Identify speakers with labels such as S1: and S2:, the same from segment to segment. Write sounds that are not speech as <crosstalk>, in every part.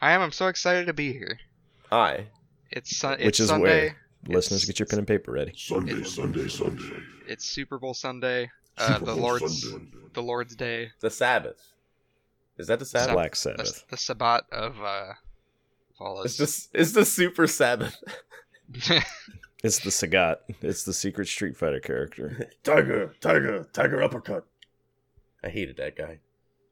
S1: I am. I'm so excited to be here.
S2: I.
S1: It's, sun. it's
S3: Which is
S1: Sunday.
S3: where listeners
S1: It's-
S3: get your pen and paper ready.
S4: Sunday, Sunday, Sunday.
S1: It's Super Bowl Sunday. Uh,
S4: <laughs> Super
S1: the
S4: Bowl
S1: Lord's
S4: Sunday.
S1: the Lord's Day.
S2: The Sabbath. Is that the
S3: It's
S2: Sabbath?
S3: Black
S1: That's
S3: Sabbath.
S1: the Sabbat of uh, all
S2: It's
S1: us.
S2: the it's the Super Sabbath.
S3: It's the Sagat. It's the secret Street Fighter character.
S1: <laughs>
S3: <laughs>
S4: Tiger, tiger, tiger uppercut.
S2: I hated that guy.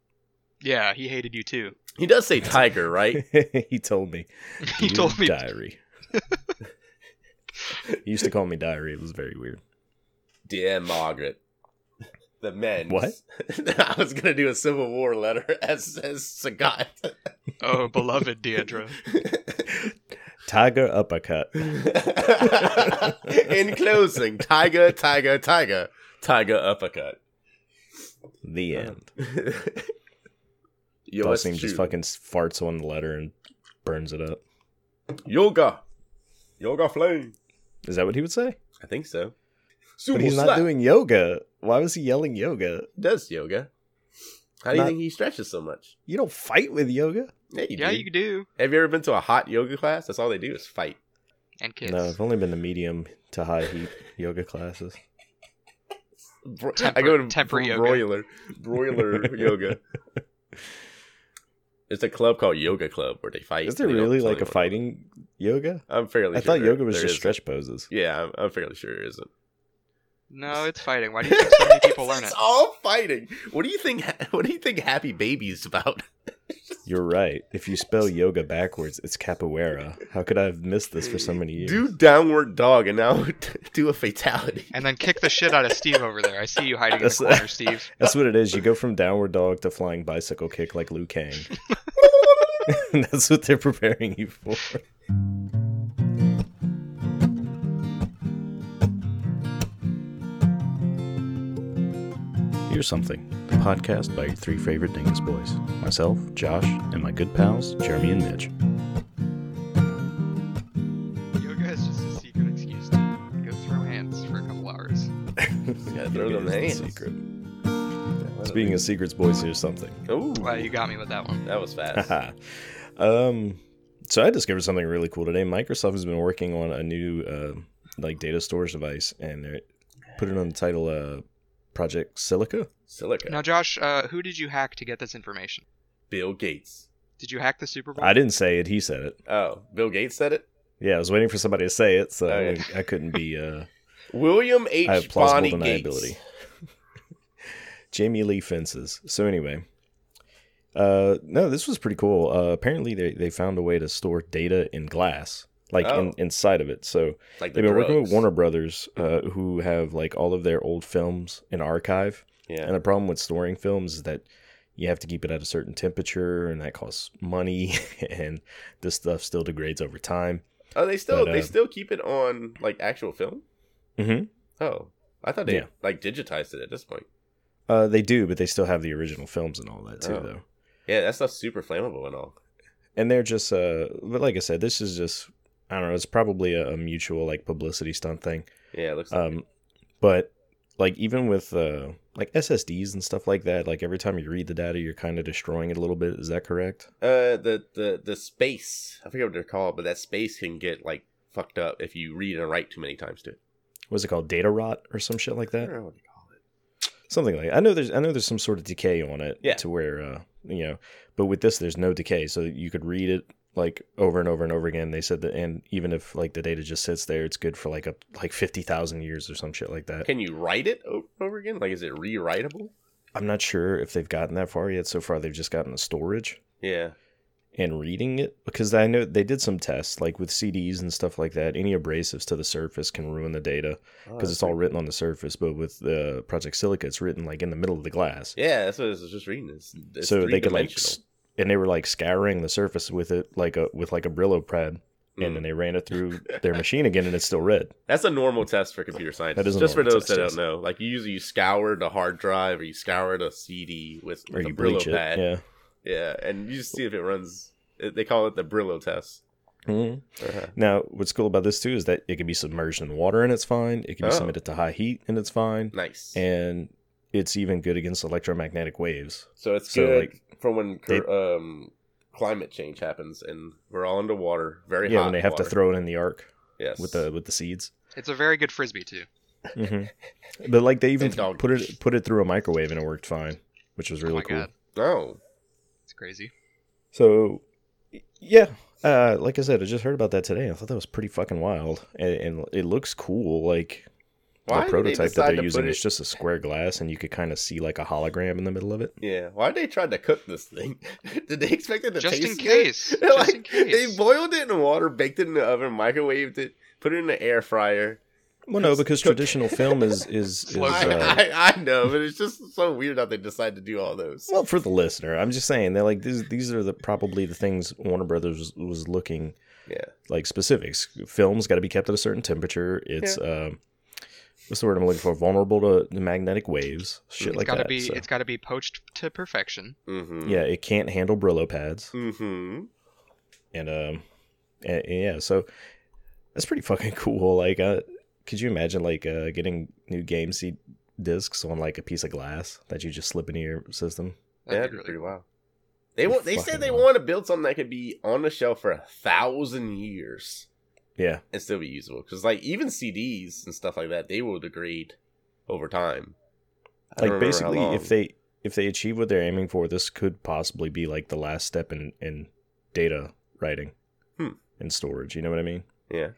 S1: <laughs> yeah, he hated you too. <laughs>
S2: He does say tiger, right?
S3: <laughs> he told me.
S1: he
S3: "Dear
S1: told me.
S3: diary. he used to call me diary. It was very weird.
S2: Dear Margaret, the men.
S3: What?
S2: <laughs> I was gonna do a Civil War letter as as
S3: <laughs>
S2: Sagat.
S1: Oh, beloved Deidre.
S3: Tiger
S1: <laughs>
S3: uppercut.
S2: In closing, tiger, tiger, tiger, tiger uppercut.
S1: Uh,
S3: The end.
S2: Yo,
S3: Dawson just fucking farts on the letter and burns it up.
S2: yoga, yoga flame.
S3: Is that what he would say?
S2: I think so.
S3: But he's not doing yoga. Why was he yelling yoga?
S2: does yoga. How do you
S3: Not-
S2: think he stretches so much?
S3: You don't fight with yoga.
S2: Yeah, you
S1: Yeah,
S2: do.
S1: you do.
S2: Have you ever been to a hot yoga class? That's all they do is fight.
S1: And kids.
S3: No, I've only been to medium to high heat yoga classes.
S2: Bro-
S1: Temper- temper yoga.
S2: broiler,
S3: <laughs>
S2: broiler yoga. It's a club called Yoga Club where they fight.
S3: Is there
S2: They don't
S3: really
S2: tell
S3: like a
S2: anyone.
S3: fighting yoga?
S2: I'm fairly.
S3: I
S2: sure
S3: thought yoga was
S2: there
S3: just
S2: isn't.
S3: stretch poses.
S2: Yeah, I'm, I'm fairly sure it isn't.
S3: <laughs>
S1: No, it's fighting. Why do you think so many
S2: <laughs>
S1: people learn
S2: it's
S4: <laughs>
S1: it?
S2: all fighting. What do you think? What do you think Happy Baby is about?
S3: You're right. If you spell yoga backwards, it's capoeira. How could I have missed this for so many years?
S2: Do downward dog and now <laughs> do a fatality.
S1: And then kick the shit out of Steve over there. I see you hiding in the
S3: That's-
S1: corner,
S3: <laughs>
S1: Steve.
S3: That's what it is. You go from downward dog to flying bicycle kick like
S2: <laughs>
S3: Liu Kang. <laughs> That's what they're preparing you for. Here's something. The podcast by your three favorite Dingus boys. Myself, Josh, and my good pals, Jeremy and Mitch.
S1: Yoga is just a secret excuse to go throw hands for a couple hours.
S2: gotta throw them hands.
S3: Secret. Speaking of secrets, boys,
S2: <laughs>
S3: here's something.
S2: Ooh,
S1: Wow, you got me with that one.
S2: that was
S3: <laughs>
S2: fast.
S3: Haha. um, so I discovered something really cool today. Microsoft has been working on a new uh, like data storage device, and they put it on the title uh, Project Silica.
S2: Silica.
S1: Now, Josh, uh, who did you hack to get this information?
S2: Bill Gates.
S1: Did you hack the Super Bowl?
S3: I didn't say it; he said it.
S2: Oh, Bill Gates said it.
S3: Yeah, I was waiting for somebody to say it, so
S2: Okay.
S3: I couldn't be. Uh,
S2: William
S3: I have
S2: Oh, <laughs> H.
S3: plausible
S2: Bonney
S3: deniability. <laughs>
S2: Gates.
S3: Jamie Lee fences. So anyway, uh, no, this was pretty cool. Uh, apparently, they they found a way to store data in glass, like
S2: Oh.
S3: in, inside of it. So.
S2: Like the
S3: They've been working
S2: drugs.
S3: with Warner Brothers, uh, who have like all of their old films in archive.
S2: Yeah.
S3: And the problem with storing films is that you have to keep it at a certain temperature, and that costs money, <laughs> and this stuff still degrades over time.
S2: Oh, they still
S3: But,
S2: they
S3: uh,
S2: still keep it on like actual film.
S3: Mm-hmm.
S2: Oh, I thought they
S3: Yeah.
S2: like digitized it at this point.
S3: Uh, they do, but they still have the original films and all that too,
S2: Oh.
S3: though.
S2: Yeah, that stuff's super flammable and all.
S3: and they're just uh but like i said this is just i don't know it's probably a, a mutual like publicity stunt thing
S2: Yeah, it looks. Like
S3: um but like even with uh like ssds and stuff like that like every time you read the data you're kind of destroying it a little bit is that correct
S2: uh, the the the space. I forget what they're called, but that space can get like fucked up if you read and write too many times to it.
S3: was it called data rot or some shit like
S2: I
S3: that
S2: don't know what they call it.
S3: something like i know there's i know there's some sort of decay on it
S2: Yeah.
S3: to where uh you know but with this there's no decay so you could read it like over and over and over again they said that and even if like the data just sits there it's good for like up like 50000 years or some shit like that
S2: Can you write it over, over again? Like, is it rewritable?
S3: I'm not sure if they've gotten that far yet. So far, they've just gotten the storage
S2: Yeah.
S3: and reading it because I know they did some tests, like with CDs and stuff like that. Any abrasives to the surface can ruin the data because it's all written on the surface. But with uh, Project Silica, it's written like in the middle of the glass,
S2: Yeah, that's what I was just reading. It's, it's
S3: so they could like, s-
S2: three-dimensional.
S3: and they were like scouring the surface with it, like a with like a Brillo pad, and
S2: Mm.
S3: then they ran it through their machine again, and it's still red.
S2: That's a normal test for computer science.
S3: That is a
S2: just for
S3: normal
S2: those
S3: test,
S2: that
S3: yes.
S2: don't know. Like you usually you scour the hard drive or you scour the CD with,
S3: Or
S2: with the
S3: you bleach
S2: Brillo
S3: it,
S2: pad.
S3: yeah.
S2: Yeah, and you just see if it runs. it- They call it the Brillo test.
S3: Mhm.
S2: Uh-huh.
S3: Now, what's cool about this too is that it can be submerged in water and it's fine. It can be
S2: Oh.
S3: submitted to high heat and it's fine.
S2: Nice.
S3: And it's even good against electromagnetic waves.
S2: so it's
S3: so,
S2: good
S3: like,
S2: for when cor- um, climate change happens and we're all underwater, very
S3: yeah,
S2: hot.
S3: when they have to
S2: water.
S3: throw it in the ark
S2: yes.
S3: with the with the seeds.
S1: It's a very good frisbee too.
S3: hmm <laughs> But like they even
S2: And Mm-hmm. dog
S3: put
S2: dish.
S3: it put it through a microwave and it worked fine, which was
S1: oh
S3: really
S1: my
S3: cool.
S1: god,
S2: oh
S1: it's crazy.
S3: So, y- yeah, uh, like I said, I just heard about that today. I thought that was pretty fucking wild, and, and it looks cool. Like
S2: why
S3: the
S2: did
S3: prototype
S2: decide
S3: that
S2: to
S3: they're using
S2: put
S3: is just a square glass, and you could kind of see like a hologram in the middle of
S2: <laughs>
S3: it.
S2: Yeah, why they tried to cook this thing? <laughs> Did they expect it to
S1: Just in
S2: taste good?
S1: case.
S2: <laughs> like,
S1: Just in case.
S2: They boiled it in water, baked it in the oven, microwaved it, put it in the air fryer.
S3: Well, no, because
S2: Cook-
S3: traditional
S2: <laughs>
S3: film is is, is
S1: Slow
S2: I,
S1: cook.
S3: uh,
S2: I, I know, but it's just so weird how they decided to do all those.
S3: Well, for the listener, I'm just saying they're like these. These are the probably the things Warner Brothers was, was looking.
S2: Yeah.
S3: Like specifics. Films got to be kept at a certain temperature. It's um, what's the word I'm looking for? Vulnerable to the magnetic waves. Shit
S1: It's
S3: like
S1: gotta
S3: that.
S1: be
S3: so-
S1: it's gotta be poached to perfection.
S2: Mm-hmm.
S3: yeah, it can't handle Brillo pads,
S2: Mm-hmm.
S3: and um, and, and yeah, so that's pretty fucking <laughs> cool. Like, uh, could you imagine like uh, getting new game seed discs on like a piece of glass that you just slip into your system?
S1: That'd
S2: That'd
S1: be
S2: be
S1: really
S2: pretty
S1: cool.
S2: wild. They
S3: Be
S2: want. They
S3: fucking
S2: said they
S3: wild.
S2: want to build something that could be on the shelf for a thousand years
S3: Yeah,
S2: and still be usable. Because like even CDs and stuff like that, they will degrade over time. I don't
S3: like
S2: remember how
S3: basically
S2: long.
S3: if they if they achieve what they're aiming for this could possibly be like the last step in in data writing
S2: Hmm.
S3: and storage you know what i mean
S2: yeah,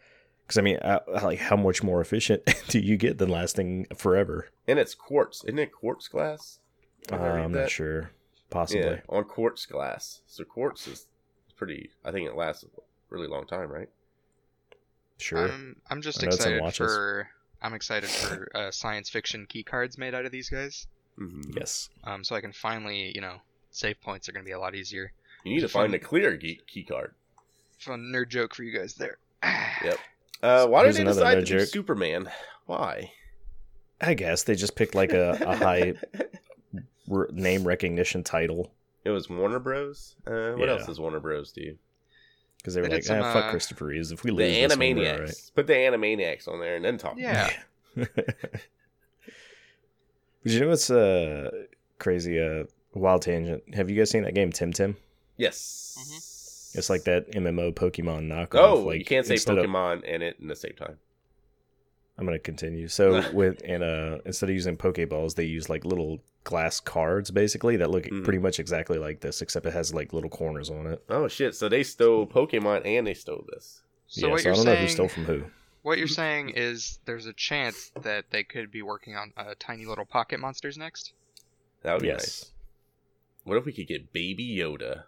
S3: because i mean I, I like how much more efficient <laughs> do you get than lasting forever
S2: and it's quartz, isn't it? Quartz glass.
S3: uh,
S2: Did I read
S3: i'm
S2: that?
S3: not sure possibly
S2: Yeah, on quartz glass. So quartz is pretty. I think it lasts a really long time, right?
S3: sure
S1: I'm I'm just
S3: I know it's on
S1: excited
S3: watches.
S1: for I'm excited for uh, science fiction key cards made out of these guys.
S2: Mm-hmm.
S3: yes
S1: Um, so I can finally you know save points are gonna be a lot easier.
S2: You need to find a clear key, key card.
S1: Fun nerd joke for you guys there. <sighs>
S2: Uh, why did
S3: Here's
S2: they
S3: another
S2: decide
S3: no
S2: to do
S3: joke.
S2: Superman? Why?
S3: i guess they just picked like a,
S1: <laughs>
S3: a high re- name recognition title
S2: <laughs> It was Warner Bros. Uh, what
S3: Yeah.
S2: else does Warner Bros. do?
S3: because they were
S1: They did
S3: like
S1: some,
S3: ah, fuck
S1: uh,
S3: christopher reeves if we
S2: The
S3: lose this one, we're
S2: Animaniacs.
S3: all
S2: Put the Animaniacs on there and then talk.
S1: Yeah.
S3: <laughs> but you know what's uh crazy uh wild tangent? Have you guys seen that game Tim Tim?
S2: Yes.
S3: Mm-hmm. It's like that MMO Pokemon knockoff.
S2: Oh,
S3: like
S2: you can't say
S3: instead of-
S2: Pokemon and it in the same time.
S3: I'm gonna
S2: <laughs>
S3: continue. So with and uh instead of using Pokeballs, they use like little glass cards basically that look
S2: Mhm.
S3: pretty much exactly like this, except it has like little corners on it.
S2: Oh shit! So they stole Pokemon and they stole this.
S1: So
S3: yeah,
S1: what
S3: so I
S1: you're
S3: don't know who
S1: saying
S3: stole from who.
S1: what you're saying is there's a chance that they could be working on uh, tiny little pocket monsters next.
S2: That would be nice.
S3: yes.
S2: What if we could get Baby Yoda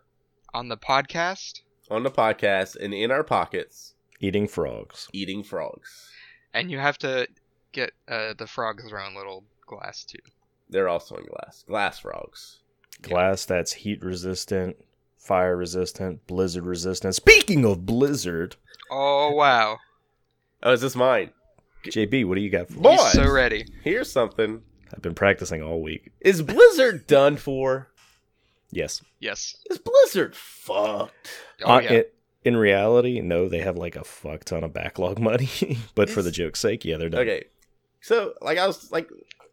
S1: on the podcast,
S2: on the podcast and in our pockets
S3: Eating frogs.
S2: eating frogs?
S1: and you have to get uh, the frogs their own little glass too.
S2: They're also in glass. Glass frogs.
S3: glass that's heat resistant, fire resistant, blizzard resistant. Speaking of blizzard,
S1: Oh wow,
S2: Oh, is this mine?
S3: JB, what do you got for
S2: Boy!
S1: he's so ready.
S2: Here's something.
S3: I've been practicing all week.
S2: Is Blizzard <laughs> done for?
S3: Yes.
S1: Yes.
S2: Is Blizzard fucked?
S1: Oh
S3: Uh,
S1: yeah.
S3: it- in reality, no, they have like a fuck ton of backlog <laughs> money. but for the joke's sake, yeah, they're done.
S2: Okay. So, like, I was like,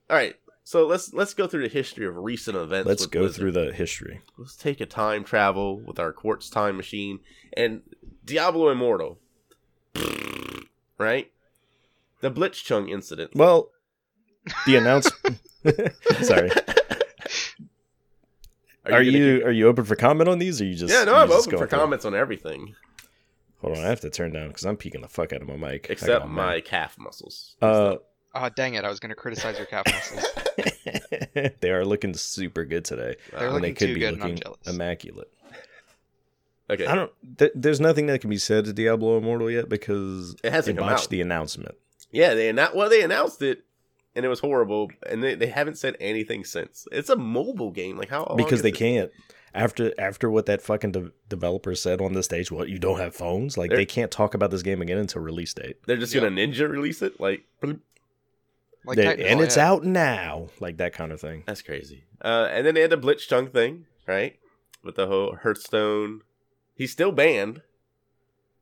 S2: all right. So let's let's go through the history of recent events.
S3: Let's
S2: with
S3: go
S2: Blizzard.
S3: through the history.
S2: Let's take a time travel with our quartz time machine and Diablo Immortal. right. The Blitzchung incident.
S3: Well, the announcement. <laughs> Sorry, are
S2: gonna
S3: you
S2: keep-
S3: are you open for comment on these? Or are you just
S2: yeah, no,
S3: you
S2: I'm
S3: just
S2: open for
S3: going through-
S2: comments on everything
S3: Hold on, I have to turn down because I'm peeking the fuck out of my mic. I
S2: except
S3: got
S2: my
S3: mad.
S2: calf muscles.
S3: Uh,
S1: oh dang it! I was gonna criticize your calf muscles.
S3: <laughs> they are looking super good today.
S1: They're
S2: Uh,
S3: and they
S1: looking
S3: could
S1: too
S3: be
S1: good, and I'm
S3: looking
S1: jealous.
S3: immaculate.
S2: okay.
S3: I don't. Th- there's nothing that can be said to Diablo Immortal yet because
S2: It hasn't
S3: they
S2: come
S3: botched
S2: out.
S3: the announcement.
S2: Yeah, they announced. Well, they announced it, and it was horrible. And they, they haven't said anything since. It's a mobile game. Like how? long
S3: because
S2: is
S3: they
S2: it?
S3: can't after after what that fucking de- developer said on the stage what you don't have phones like
S2: They're-
S3: they can't talk about this game again until release date
S2: They're just gonna ninja release it. Like bloop.
S1: Like
S3: They-
S1: Titanfall,
S3: and it's
S1: yeah.
S3: out now like that kind of thing
S2: that's crazy. Uh, and then they had the Blitzchung thing, right? With the whole Hearthstone. He's still banned.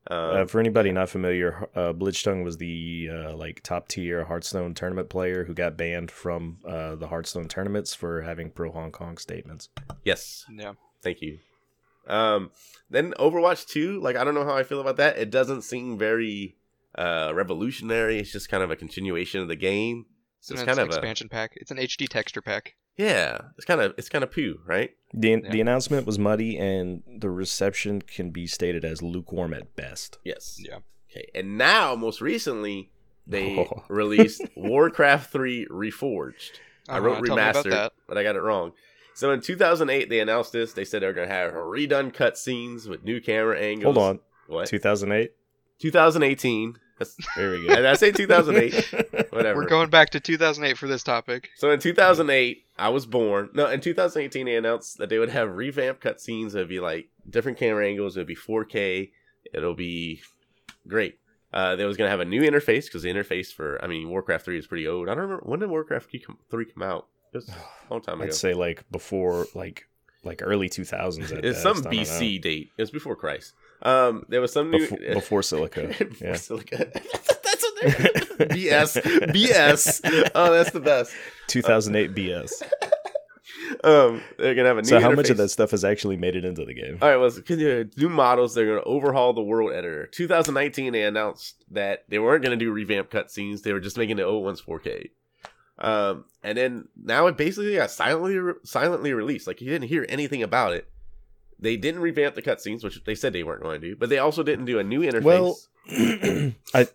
S2: Uh,
S3: uh, for anybody not familiar uh, blitzchung was the uh, like top tier hearthstone tournament player who got banned from uh, the hearthstone tournaments for having pro hong kong statements
S2: yes,
S1: Yeah.
S2: thank you. Um, then Overwatch 2, like I don't know how I feel about that. It doesn't seem very uh revolutionary. It's just kind of a continuation of the game.
S1: It's,
S2: So it's
S1: an
S2: kind of a
S1: expansion pack. It's an HD texture pack.
S2: yeah. It's kind of it's kind of poo, right?
S3: The the
S1: Yeah.
S3: announcement was muddy, and the reception can be stated as lukewarm at best.
S2: Yes.
S1: Yeah.
S2: Okay. And now, most recently, they
S3: Oh.
S2: released Warcraft 3 Reforged. I
S1: Uh-huh,
S2: wrote
S1: tell me about
S2: remastered,
S1: that.
S2: but I got it wrong. So in 2008, they announced this. They said they were going to have redone cutscenes with new camera angles.
S3: Hold on,
S2: What?
S3: 2008.
S2: 2018. That's,
S3: There we go.
S2: did I say
S3: <laughs>
S2: 2008? Whatever.
S1: We're going back to 2008 for this topic.
S2: So in 2008, I was born. No, in 2018, they announced that they would have revamped cutscenes. It would be like different camera angles. It would be 4K. It'll be great. Uh, they was gonna have a new interface because the interface for I mean Warcraft 3 is pretty old. I don't remember when did Warcraft 3 come out. It
S1: <laughs>
S2: was a long time ago.
S3: I'd say like before, like like early 2000s. At
S2: It's
S3: best.
S2: some
S3: I don't know.
S2: BC date. It was before Christ. Um, there was some new <laughs>
S3: Befo- before silica.
S2: Before
S3: yeah.
S2: silica. <laughs> that's what
S3: <laughs>
S2: they're BS. BS. Oh, that's the best.
S3: 2008 BS.
S2: Um, they're gonna have a <laughs> new.
S3: So how much of
S2: interface.
S3: that stuff has actually made it into the game?
S2: All right, well, it's- uh, new models. They're going to overhaul the world editor. 2019, they announced that they weren't going to do revamped cutscenes. They were just making the old ones 4K. Um, and then now it basically got silently re- silently released. Like you didn't hear anything about it. They didn't revamp the cutscenes, which they said they weren't going to do, but they also didn't do a new interface.
S3: Well- <clears throat> I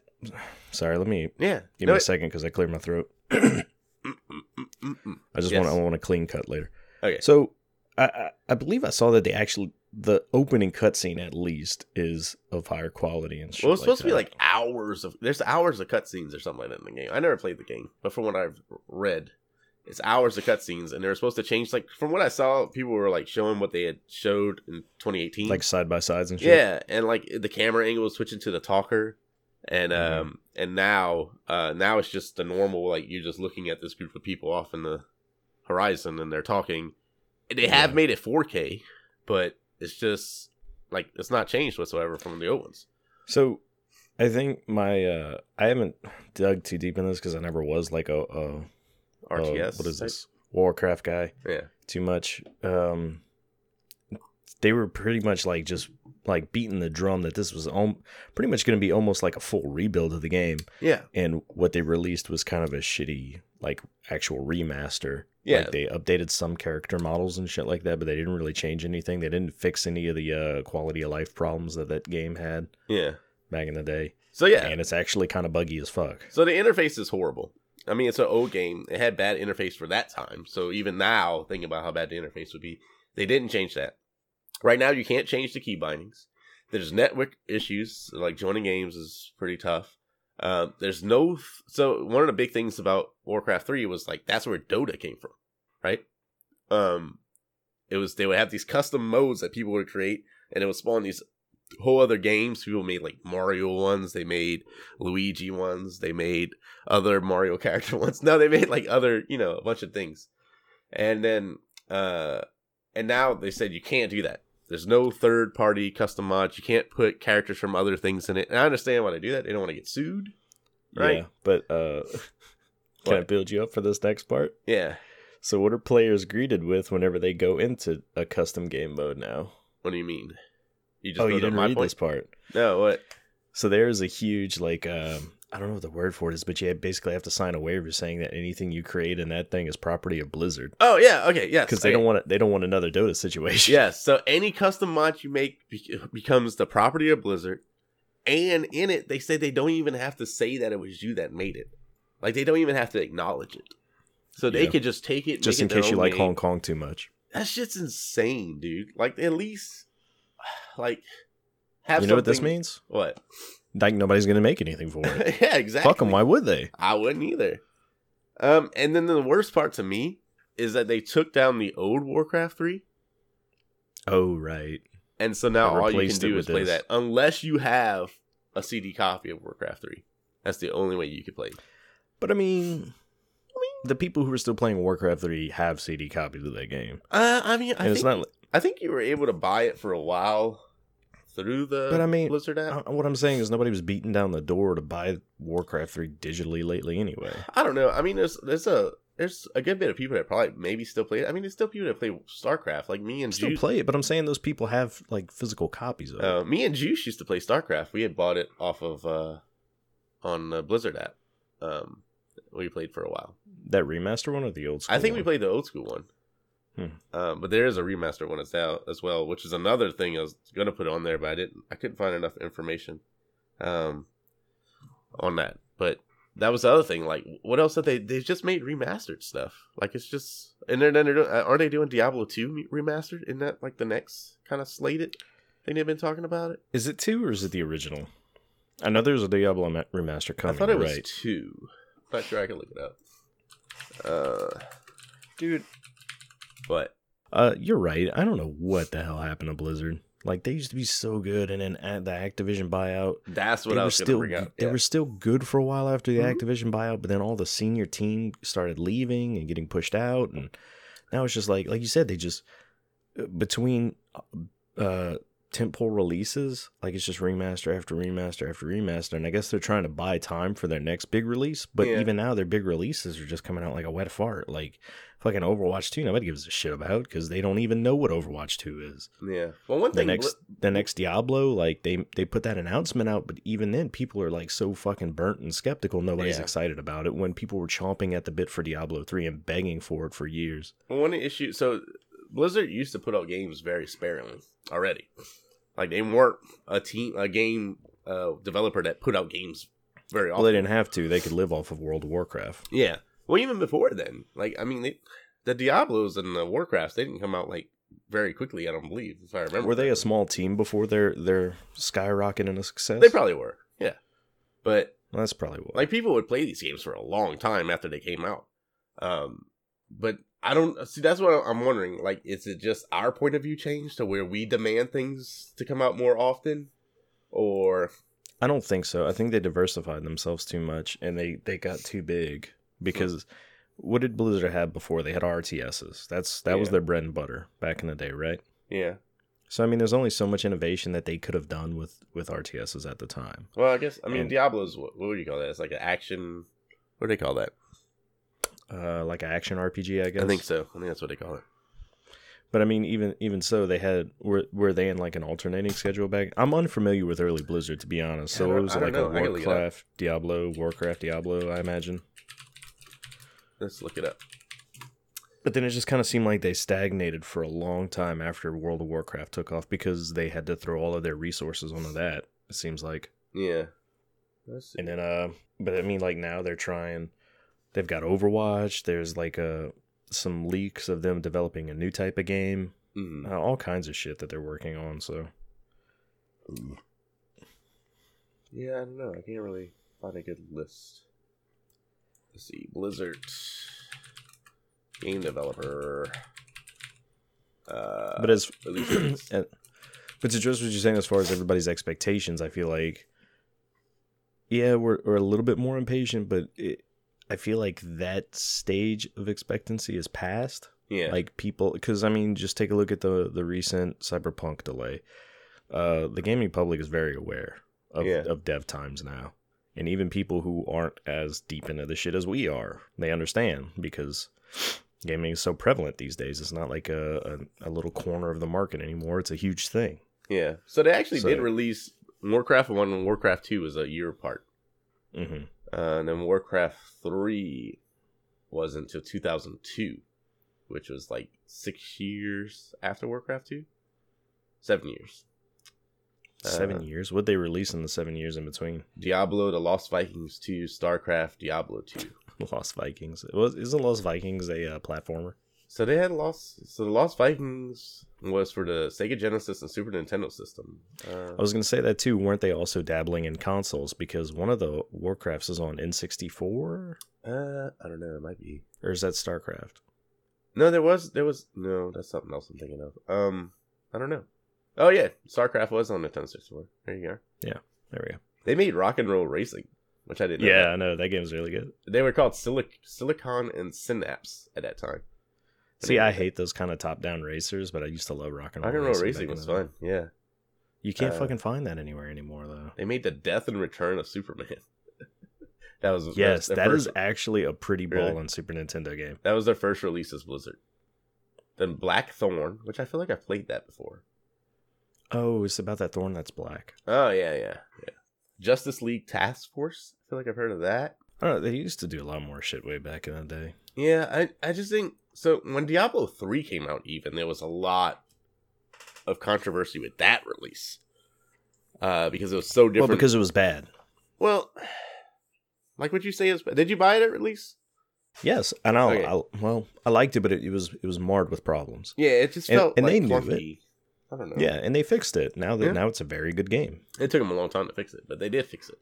S3: sorry. Let me
S2: yeah.
S3: give
S2: No,
S3: me a
S2: it-
S3: second because I cleared my throat.
S2: mm, mm, mm, mm, mm.
S3: I just
S2: Yes.
S3: want I want a clean cut later.
S2: Okay.
S3: So I, I I believe I saw that they actually the opening cutscene at least is of higher quality and shit.
S2: Well, it's supposed to be
S3: that.
S2: like hours of there's hours of cutscenes or something like that in the game. I never played the game, but from what I've read, it's hours of cutscenes, and they're supposed to change. Like from what I saw, people were like showing what they had showed in 2018.
S3: like side by sides and shit.
S2: yeah, and like the camera angle was switching to the talker, and
S3: Mhm.
S2: um and now uh now it's just the normal like you're just looking at this group of people off in the horizon and they're talking. And They have
S3: Yeah.
S2: made it 4K, but it's just like it's not changed whatsoever from the old ones.
S3: So I think my uh I haven't dug too deep in this because I never was like a, a a-
S2: RTS.
S3: what is
S2: type?
S3: this Warcraft guy?
S2: Yeah.
S3: Too much. Um, they were pretty much like just like beating the drum that this was om- pretty much going to be almost like a full rebuild of the game.
S2: Yeah.
S3: and what they released was kind of a shitty like actual remaster
S2: Yeah.
S3: like they updated some character models and shit like that but they didn't really change anything they didn't fix any of the uh, quality of life problems that that game had
S2: Yeah.
S3: back in the day
S2: So yeah.
S3: and it's actually kind of buggy as fuck
S2: So the interface is horrible. I mean, it's an old game. It had bad interface for that time. So even now, thinking about how bad the interface would be, they didn't change that. Right now, you can't change the key bindings. There's network issues. Like joining games is pretty tough. Um, there's no. f- so one of the big things about Warcraft Three was like that's where Dota came from, right? Um, it was they would have these custom modes that people would create, and it would spawn these whole other games. People made like Mario ones. They made Luigi ones. They made other Mario <laughs> character ones. No, they made like other, you know, a bunch of things. And then, uh, and now they said you can't do that. There's no third party custom mods. You can't put characters from other things in it. And I understand why they do that. They don't want to get sued. Right.
S3: yeah but uh <laughs> can i
S2: What?
S3: build you up for this next part
S2: Yeah.
S3: so what are players greeted with whenever they go into a custom game mode now
S2: What do you mean? You
S3: oh you
S2: build up
S3: didn't read this part
S2: No, what?
S3: So there is a huge like um, I don't know what the word for it is, but you basically have to sign a waiver saying that anything you create in that thing is property of Blizzard
S2: Oh yeah, okay, yes.
S3: because they
S2: okay.
S3: don't want it, they don't want another
S2: <laughs>
S3: Dota situation.
S2: Yes. So any custom mod you make be- becomes the property of Blizzard, and in it they say they don't even have to say that it was you that made it. Like they don't even have to acknowledge it. So they
S3: Yeah.
S2: could just take it.
S3: <laughs> just in
S2: make it
S3: case
S2: their
S3: you
S2: own
S3: like
S2: name.
S3: Hong Kong too much.
S2: That shit's insane, dude. Like at least, <sighs> like have
S3: you know what this
S2: something-
S3: means?
S2: What? <laughs>
S3: Like nobody's gonna make anything for it.
S2: yeah, exactly.
S3: Fuck them. Why would they?
S2: I wouldn't either. Um, and then the worst part to me is that they took down the old Warcraft three.
S3: Oh right.
S2: And so now
S3: They
S2: all you can
S3: replaced it
S2: do
S3: with
S2: is play
S3: this.
S2: that unless you have a CD copy of Warcraft 3. That's the only way you can play.
S3: But I mean, the people who are still playing Warcraft three have CD copies of that game,
S2: Uh, I mean, I
S3: and it's
S2: think,
S3: not.
S2: I think you were able to buy it for a while through the
S3: But I mean-
S2: Blizzard app.
S3: uh, What I'm saying is nobody was beating down the door to buy Warcraft three digitally lately anyway.
S2: <sighs> I don't know. I mean, there's there's a there's a good bit of people that probably maybe still play it. I mean, there's still people that play StarCraft, like me and
S3: still
S2: Juice.
S3: play it, but I'm saying those people have like physical copies of it.
S2: uh, me and Juice used to play StarCraft. We had bought it off of uh, on the Blizzard app. Um, we played for a while.
S3: that remaster one or the old school?
S2: I think we
S3: one?
S2: played the old school one. Um, but there is a remaster one that's out as well, which is another thing I was gonna put on there, but I didn't. I couldn't find enough information, um, on that. But that was the other thing. Like, what else have they? They just made remastered stuff. Like, it's just and then they're, doing- uh, aren't they doing Diablo two remastered? Isn't that like the next kind of slated thing they've been talking about? It.
S3: Is it two or is it the original? I know there's a Diablo ma- remaster coming.
S2: I thought it was
S3: right.
S2: two. Not sure I can look it up. Uh,
S1: Dude,
S2: but
S3: Uh, you're right. I don't know what the hell happened to Blizzard. Like they used to be so good, and then at the Activision buyout,
S2: that's what
S3: they
S2: I
S3: were
S2: was
S3: still
S2: gonna bring up.
S3: they
S2: yeah.
S3: were still good for a while after the
S2: Mhm.
S3: Activision buyout, but then all the senior team started leaving and getting pushed out, and now it's just like like you said, they just between uh tentpole releases, like it's just remaster after remaster after remaster, and I guess they're trying to buy time for their next big release. But
S2: Yeah.
S3: even now, their big releases are just coming out like a wet fart. Like fucking Overwatch two, nobody gives a shit about because they don't even know what Overwatch two is
S2: yeah. Well, one
S3: the
S2: thing.
S3: next the next Diablo, like they they put that announcement out, but even then people are like so fucking burnt and skeptical. Nobody's
S2: Yeah.
S3: excited about it when people were chomping at the bit for Diablo three and begging for it for years.
S2: Well, One issue, so Blizzard used to put out games very sparingly already. Like they weren't a team, a game uh, developer that put out games very often.
S3: Well, they didn't have to; they could live off of World of Warcraft.
S2: yeah. Well, even before then, like I mean, they, the Diablos and the Warcrafts, they didn't come out like very quickly. I don't believe, if I remember.
S3: Were they a
S2: correctly.
S3: small team before their their skyrocket and a success?
S2: They probably were. Yeah, but
S3: Well, that's probably what.
S2: like people would play these games for a long time after they came out. Um, but I don't see. That's what I'm wondering. Like, is it just our point of view change to where we demand things to come out more often, or
S3: I don't think so. I think they diversified themselves too much and they they got too big because what did Blizzard have before? They had RTSs. That's that was
S2: Yeah.
S3: their bread and butter back in the day, right?
S2: yeah?
S3: So I mean, there's only so much innovation that they could have done with with RTSs at the time.
S2: Well, I guess I mean
S3: And-
S2: Diablo's what, what would you call that? It's like an action. What do they call that?
S3: Uh, like an action RPG, I guess.
S2: I think so. I think that's what they call it.
S3: But I mean, even even so, they had were were they in like an alternating schedule back? I'm unfamiliar with early Blizzard to be honest.
S2: Yeah, I
S3: So
S2: don't-
S3: it was
S2: I
S3: like
S2: don't
S3: a
S2: know. I can look it up.
S3: Warcraft, Diablo, Warcraft, Diablo, I imagine.
S2: Let's look it up.
S3: But then it just kind of seemed like they stagnated for a long time after World of Warcraft took off because they had to throw all of their resources onto that. It seems like.
S2: Yeah. Let's see.
S3: And then uh but I mean like now they're trying they've got Overwatch, there's like uh some leaks of them developing a new type of game,
S2: Mhm.
S3: uh, all kinds of shit that they're working on, so
S2: Yeah, I don't know. I can't really find a good list. Let's see, Blizzard game developer. Uh,
S3: but as <clears throat>
S2: releases.
S3: uh, but to address what you're saying as far as everybody's expectations, I feel like yeah, we're we're a little bit more impatient, but it, I feel like that stage of expectancy is past.
S2: yeah,
S3: like people because i mean just take a look at the the recent cyberpunk delay uh the gaming public is very aware of,
S2: Yeah.
S3: of dev times now and even people who aren't as deep into the shit as we are they understand because gaming is so prevalent these days it's not like a, a, a little corner of the market anymore it's a huge thing
S2: yeah. So they actually
S3: So-
S2: did release Warcraft One and Warcraft Two was a year apart,
S3: hmm
S2: uh, and then Warcraft Three was until 2002, which was like six years after Warcraft Two, seven years.
S3: seven
S2: Uh,
S3: years what they release in the seven years in between <laughs>
S2: Diablo, The Lost Vikings Two, Starcraft, Diablo Two.
S3: lost vikings was isn't lost vikings a uh, platformer
S2: So they had Lost. So the Lost Vikings was for the Sega Genesis and Super Nintendo system. Uh,
S3: I was going to say that too. Weren't they also dabbling in consoles? Because one of the Warcrafts is on N64, or
S2: uh, I don't know. It might be.
S3: is that StarCraft?
S2: No, there was. There was. No, that's something else I'm thinking of. Um, I don't know. Oh yeah, StarCraft was on Nintendo 64. There you are.
S3: There we go.
S2: They made Rock and Roll Racing, which I didn't. know
S3: Yeah, I know that game's really good.
S2: about. they were called Silic- Silicon and Synapse at that time.
S3: See, I hate those kind of top-down racers, but I used to love Rock and Roll.
S2: Rock and Roll
S3: Racing
S2: Racing
S3: back in
S2: was
S3: the day.
S2: fun. Yeah,
S3: You can't
S2: Uh,
S3: fucking find that anywhere anymore, though.
S2: they made the Death and Return of Superman. <laughs> That was
S3: Yes,
S2: their
S3: that
S2: first-
S3: is actually a pretty ball
S2: Really?
S3: on Super Nintendo game.
S2: that was their first release as Blizzard. Then Blackthorn, which I feel like I've played that before.
S3: Oh, it's about that thorn that's black.
S2: Oh yeah, yeah, yeah. Justice League Task Force. I feel like I've heard of that.
S3: I don't know. They used to do a lot more shit way back in the day.
S2: Yeah, I I just think so. When Diablo three came out, even there was a lot of controversy with that release uh, because it was so different.
S3: Well, because it was bad.
S2: well, like what you say is, did you buy it at release?
S3: Yes, and I
S2: Okay.
S3: will well, I liked it, but it, it was it was marred with problems.
S2: Yeah, it just
S3: And-
S2: felt
S3: and
S2: like
S3: they knew it.
S2: clunky. I don't know.
S3: Yeah, and they fixed it. Now that
S2: Yeah.
S3: now it's a very good game.
S2: it took them a long time to fix it, but they did fix it.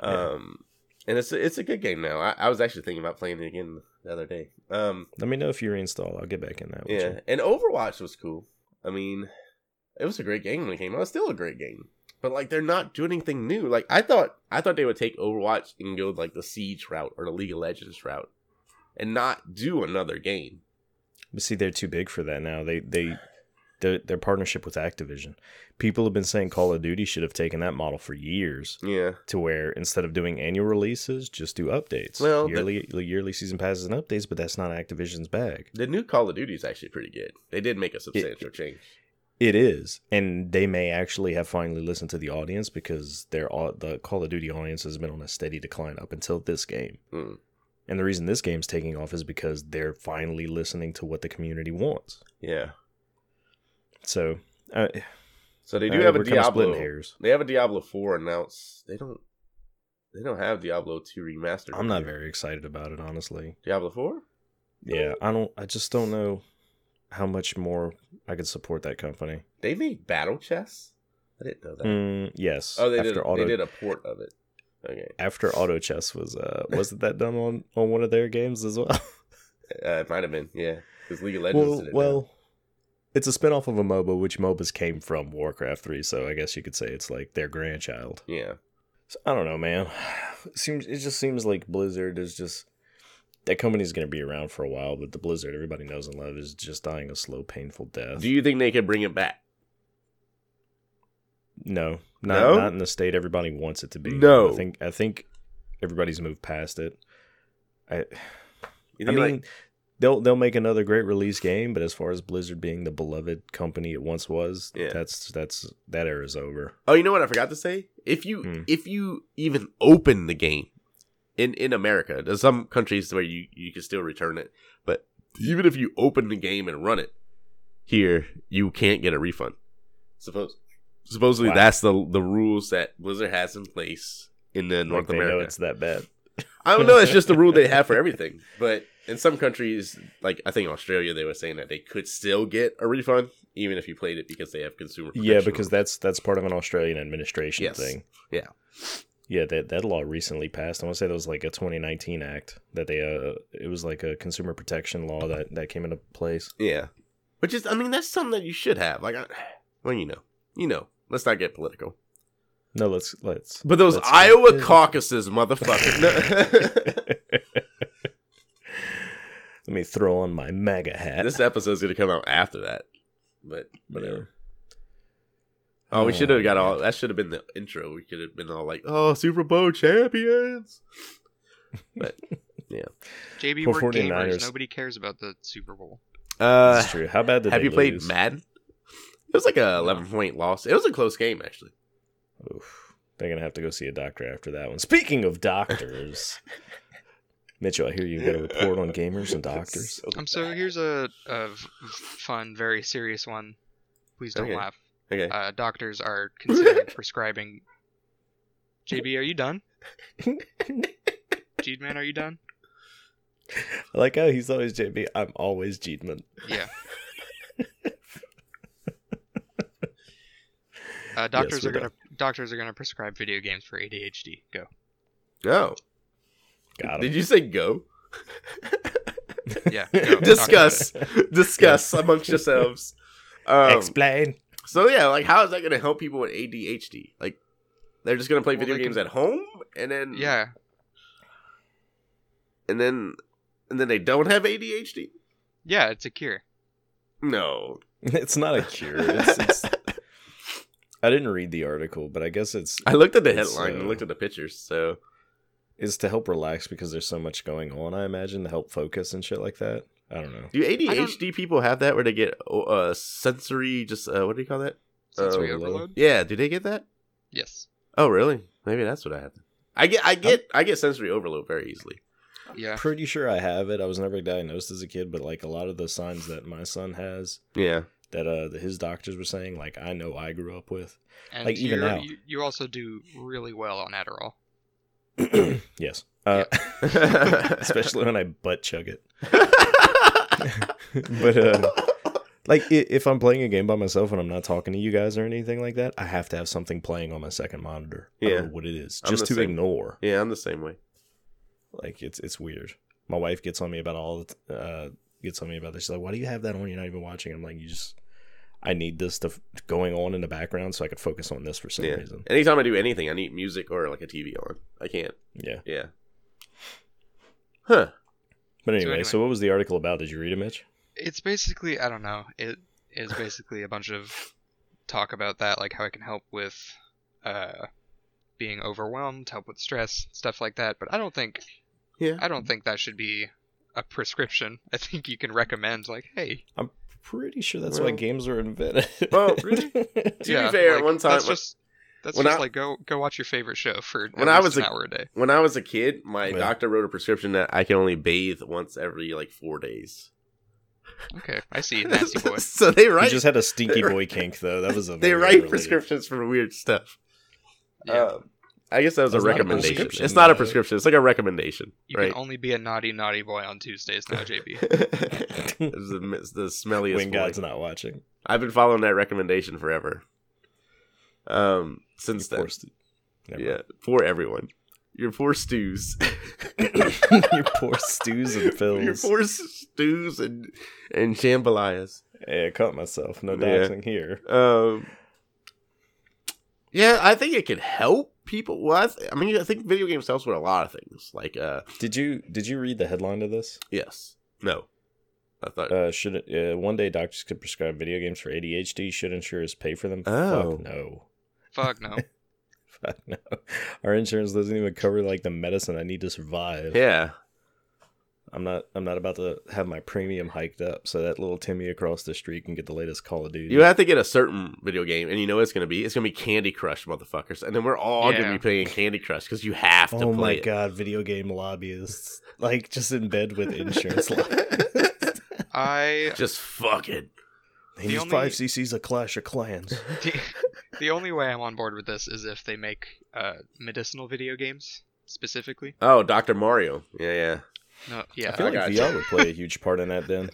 S3: Yeah.
S2: Um, and it's a, it's a good game now. I, I was actually thinking about playing it again the other day. Um,
S3: Let me know if you reinstall. I'll get back in that. with
S2: yeah,
S3: you.
S2: and Overwatch was cool. I mean, it was a great game when it came out. It's still a great game, but like they're not doing anything new. Like I thought, I thought they would take Overwatch and go like the Siege route or the League of Legends route, and not do another game.
S3: But see, they're too big for that now. They they their their partnership with Activision. People have been saying Call of Duty should have taken that model for years,
S2: Yeah,
S3: to where instead of doing annual releases, just do updates.
S2: Well, the-
S3: yearly yearly season passes and updates, but that's not Activision's bag.
S2: the new Call of Duty is actually pretty good. They did make a substantial change.
S3: It is, and they may actually have finally listened to the audience because their au- the Call of Duty audience has been on a steady decline up until this game.
S2: Mm.
S3: And the reason this game's taking off is because they're finally listening to what the community wants.
S2: Yeah,
S3: So, uh,
S2: so they do
S3: uh,
S2: have a
S3: we're kinda splitting
S2: Diablo.
S3: hairs.
S2: They have a Diablo four announced. They don't. They don't have Diablo two remastered.
S3: I'm not very excited about it, honestly.
S2: Diablo four.
S3: Yeah, I don't. I just don't know how much more I could support that company.
S2: They made Battle Chess. I didn't know that.
S3: Mm, yes.
S2: Oh, they
S3: after
S2: did. A,
S3: Auto,
S2: they did a port of it. Okay,
S3: After Auto Chess was uh, wasn't that done on on one of their games as well?
S2: uh, it might have been. Yeah, because League of Legends.
S3: <laughs> well,
S2: did it
S3: well, it's a spinoff of a MOBA, which MOBAs came from Warcraft Three, so I guess you could say it's like their grandchild.
S2: now. yeah,
S3: So, I don't know, man. <sighs> It seems it just seems like Blizzard is just that company's going to be around for a while, but the Blizzard everybody knows and love is just dying a slow, painful death.
S2: do you think they could bring it back?
S3: no, not
S2: No?
S3: not in the state everybody wants it to be.
S2: No.
S3: I think I think everybody's moved past it. I,
S2: You
S3: I
S2: think,
S3: mean,
S2: like,
S3: they'll they'll make another great release game, but as far as Blizzard being the beloved company it once was,
S2: Yeah.
S3: that's that's that era's over.
S2: oh, you know what I forgot to say? If you
S3: Hmm.
S2: if you even open the game in in America, there's some countries where you you can still return it, but even if you open the game and run it here, you can't get a refund. Suppose supposedly
S3: Wow.
S2: that's the the rules that Blizzard has in place in the North
S3: like they
S2: America.
S3: know it's that bad.
S2: I don't know. It's just the rule they
S3: <laughs>
S2: have for everything. But in some countries, like I think Australia, they were saying that they could still get a refund even if you played it because they have consumer.
S3: Yeah,
S2: protection
S3: because
S2: laws.
S3: that's that's part of an Australian administration
S2: Yes.
S3: thing.
S2: Yeah.
S3: Yeah, that that law recently passed. I want to say that was like a 2019 act that they uh it was like a consumer protection law that that came into place.
S2: yeah, which is I mean that's something that you should have. Like, I, well, you know, you know. Let's not get political.
S3: No, let's let's <laughs>
S2: But those
S3: Let's not
S2: Iowa
S3: get-
S2: caucuses, motherfucker. <laughs>
S3: let me throw on my MAGA
S2: No.
S3: hat.
S2: this episode's gonna come out after that. But
S3: Whatever.
S2: whatever. Oh, we
S3: Oh,
S2: should have got
S3: man.
S2: all. That should have been the intro. We could have been all like, "Oh, Super Bowl champions."
S1: JB,
S3: Poor
S1: we're gamers.
S3: 49ers.
S1: Nobody cares about the Super Bowl.
S2: Uh,
S3: That's true. How bad did
S2: Have
S3: they
S2: you played
S3: lose?
S2: Madden? It was like a 11 point loss. It was a close game actually.
S3: Oof. They're gonna have to go see a doctor after that one. Speaking
S2: <laughs>
S3: of doctors, Mitchell, I hear you got a report on gamers
S2: <laughs>
S3: and doctors.
S1: Um, so here's a, a f- fun, very serious one. Please don't
S2: Okay.
S1: laugh.
S2: Okay.
S1: Uh, doctors are
S3: <laughs>
S1: considering prescribing. JB, are you done? Gene man, are you done?
S3: I like how he's always JB. I'm always Jeedman.
S1: Yeah. Uh, doctors
S3: we're
S1: are gonna doctors are gonna prescribe video games for ADHD.
S3: <laughs>
S1: Go.
S2: Go.
S3: Got him.
S2: Did you say go?
S1: <laughs> Yeah. Go.
S2: Discuss.
S3: Um,
S2: Discuss <laughs> amongst yourselves. Um,
S3: Explain.
S2: so yeah, like how is that going to help people with ADHD? Like they're just going to play
S1: Well,
S2: video
S1: they
S2: games
S1: can-
S2: at home and then
S1: Doctor- Yeah.
S2: and then and then they don't have ADHD?
S1: Yeah. It's a cure.
S2: No.
S3: It's not a cure. It's, it's... I didn't read the article, but I guess it's
S2: I looked at the
S3: It's,
S2: headline and
S3: uh,
S2: looked at the pictures, so
S3: is to help relax because there's so much going on. I imagine to help focus and shit like that. I don't know.
S2: Do ADHD people have that where they get uh sensory just uh, what do you call that?
S1: Sensory
S3: Oh,
S1: overload.
S2: Yeah, do they get that?
S1: Yes.
S2: Oh, really? Maybe that's what I have. I get I get I get sensory overload very easily.
S1: Yeah.
S3: Pretty sure I have it. I was never diagnosed as a kid, but like a lot of the signs that my son has
S2: Yeah. <laughs>
S3: that uh that his doctors were saying, like I know I grew up with. <clears throat>
S1: And
S3: Like, even
S1: you're-
S3: now.
S1: You, you also do really well on Adderall.
S3: yes. Uh, <laughs>
S2: <laughs>
S3: especially when I butt chug it. but uh, like i- if I'm playing a game by myself and I'm not talking to you guys or anything like that, I have to have something playing on my second monitor. I
S2: Yeah.
S3: don't know what it is,
S2: I'm
S3: just
S2: the
S3: to
S2: same.
S3: ignore.
S2: yeah, I'm the same way.
S3: Like it's it's weird. My wife gets on me about all the t- uh, gets on me about this. She's like, "Why do you have that on? You're not even watching." I'm like, "You just." I need this stuff going on in the background so I could focus on this for some
S2: Yeah.
S3: reason.
S2: Anytime I do anything, I need music or like a TV on. I can't.
S3: Yeah.
S2: Yeah. Huh.
S3: But anyway,
S1: anyway.
S3: so what was the article about? Did you read it, Mitch?
S1: it's basically I don't know. It is basically a bunch of talk about that, like how it can help with uh, being overwhelmed, help with stress, stuff like that. But I don't think
S2: Yeah.
S1: I don't think that should be a prescription. I think you can recommend like, hey,
S3: I'm pretty sure that's why
S2: Well- Oh,
S3: games were invented.
S2: Well,
S3: <laughs>
S1: really?
S2: To
S1: yeah,
S2: be fair,
S1: like,
S2: one time
S1: that's just that's
S2: when
S1: just
S2: I-
S1: like go go watch your favorite show for
S2: When
S1: when
S2: I
S1: I
S2: was
S1: was an
S2: a-
S1: hour a day.
S2: when I was a kid, my
S3: Yeah.
S2: doctor wrote a prescription that I can only bathe once every like four days.
S1: Okay, I see,
S2: <laughs>
S1: nasty boy.
S2: so they write
S3: You just had
S2: <laughs>
S3: a stinky
S2: They-
S3: boy kink, though. That was a
S2: they
S3: very
S2: write
S3: unrelated- <laughs>
S2: prescriptions for weird stuff.
S1: Yeah.
S2: Um, I guess that was
S3: That's
S2: a
S3: not a
S2: recommendation.
S3: prescription,
S2: it's not a
S3: though.
S2: prescription. It's like a recommendation,
S1: you
S2: right? <laughs>
S3: <laughs>
S1: can only be a naughty naughty boy on Tuesdays now, JB.
S2: it was the, m- the smelliest.
S3: when
S2: boy.
S3: God's not watching.
S2: I've been following that recommendation forever. Um, since
S3: Your
S2: then,
S3: poor stu- Never
S2: yeah, for everyone, your poor stews, <laughs>
S3: mind. your poor stews and
S2: your
S3: fills.
S2: poor stews and and jambalayas.
S3: Hey, I caught myself. No
S2: Yeah.
S3: dancing here.
S2: Um, yeah, I think it can help people. Well, I, th- I mean, I think video games helps with a lot of things. Like, uh,
S3: Did you did you read the headline of this?
S2: yes, no, I thought
S3: Uh, should it, uh, one day doctors could prescribe video games for ADHD? Should insurers pay for them?
S2: Oh.
S3: Fuck no. <laughs>
S1: Fuck no.
S3: Fuck no. Our insurance doesn't even cover like the medicine I need to survive.
S2: Yeah.
S3: I'm not I'm not about to have my premium hiked up so that little Timmy across the street can get the latest Call of Duty.
S2: You have to get a certain video game, and you know what it's going to be? It's going to be Candy Crush, motherfuckers. And then we're all going
S1: Yeah.
S2: to be playing Candy Crush because you have to
S3: oh
S2: play
S3: my
S2: it.
S3: god, video game lobbyists like just in bed with
S2: <laughs>
S3: insurance lobbyists.
S1: I
S2: Just fuck it.
S3: They
S1: The
S3: need
S1: only-
S3: five CCs of Clash of Clans.
S1: the, the only way I'm on board with this is if they make uh, medicinal video games specifically.
S2: Oh, Dr. Mario. Yeah, yeah.
S1: No, yeah,
S3: I feel
S2: I
S3: like
S2: got you.
S3: VR would play a huge part in that then,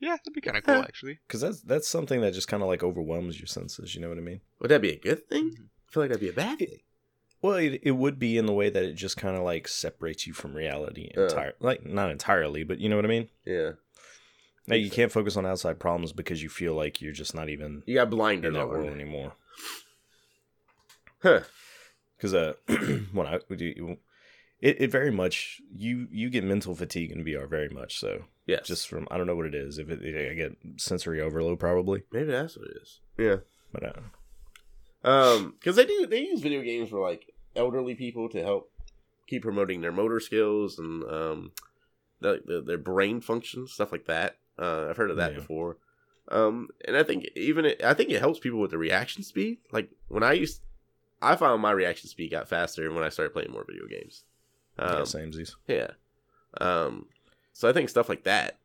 S1: yeah, that'd be kind of cool actually.
S3: because that's that's something that just kind of like overwhelms your senses. You know what I mean?
S2: Would that be a good thing?
S1: Mhm.
S2: I feel like that'd be a bad thing.
S3: Well, it, it would be in the way that it just kind of like separates you from reality
S2: Yeah.
S3: entirely, like not entirely, but you know what I mean.
S2: Yeah.
S3: Like you can't focus on outside problems because you feel like you're just not even
S2: You got
S3: in
S2: blinded
S3: that
S2: on
S3: world
S2: it.
S3: anymore.
S2: Huh.
S3: because uh, <clears throat> when I would do, it, it very much you you get mental fatigue in VR very much. So
S2: Yeah.
S3: just from I don't know what it is. If it, I get sensory overload, probably,
S2: Maybe that's what it is. Yeah.
S3: but uh,
S2: Um, because they do they use video games for like elderly people to help keep promoting their motor skills and um, the, the, their brain function stuff like that. Uh, I've heard of that
S3: Yeah.
S2: before. Um, and I think even it, I think it helps people with the reaction speed. Like when I used, I found my reaction speed got faster when I started playing more video games.
S3: yeah,
S2: Um,
S3: samesies.
S2: yeah. Um, so I think stuff like that,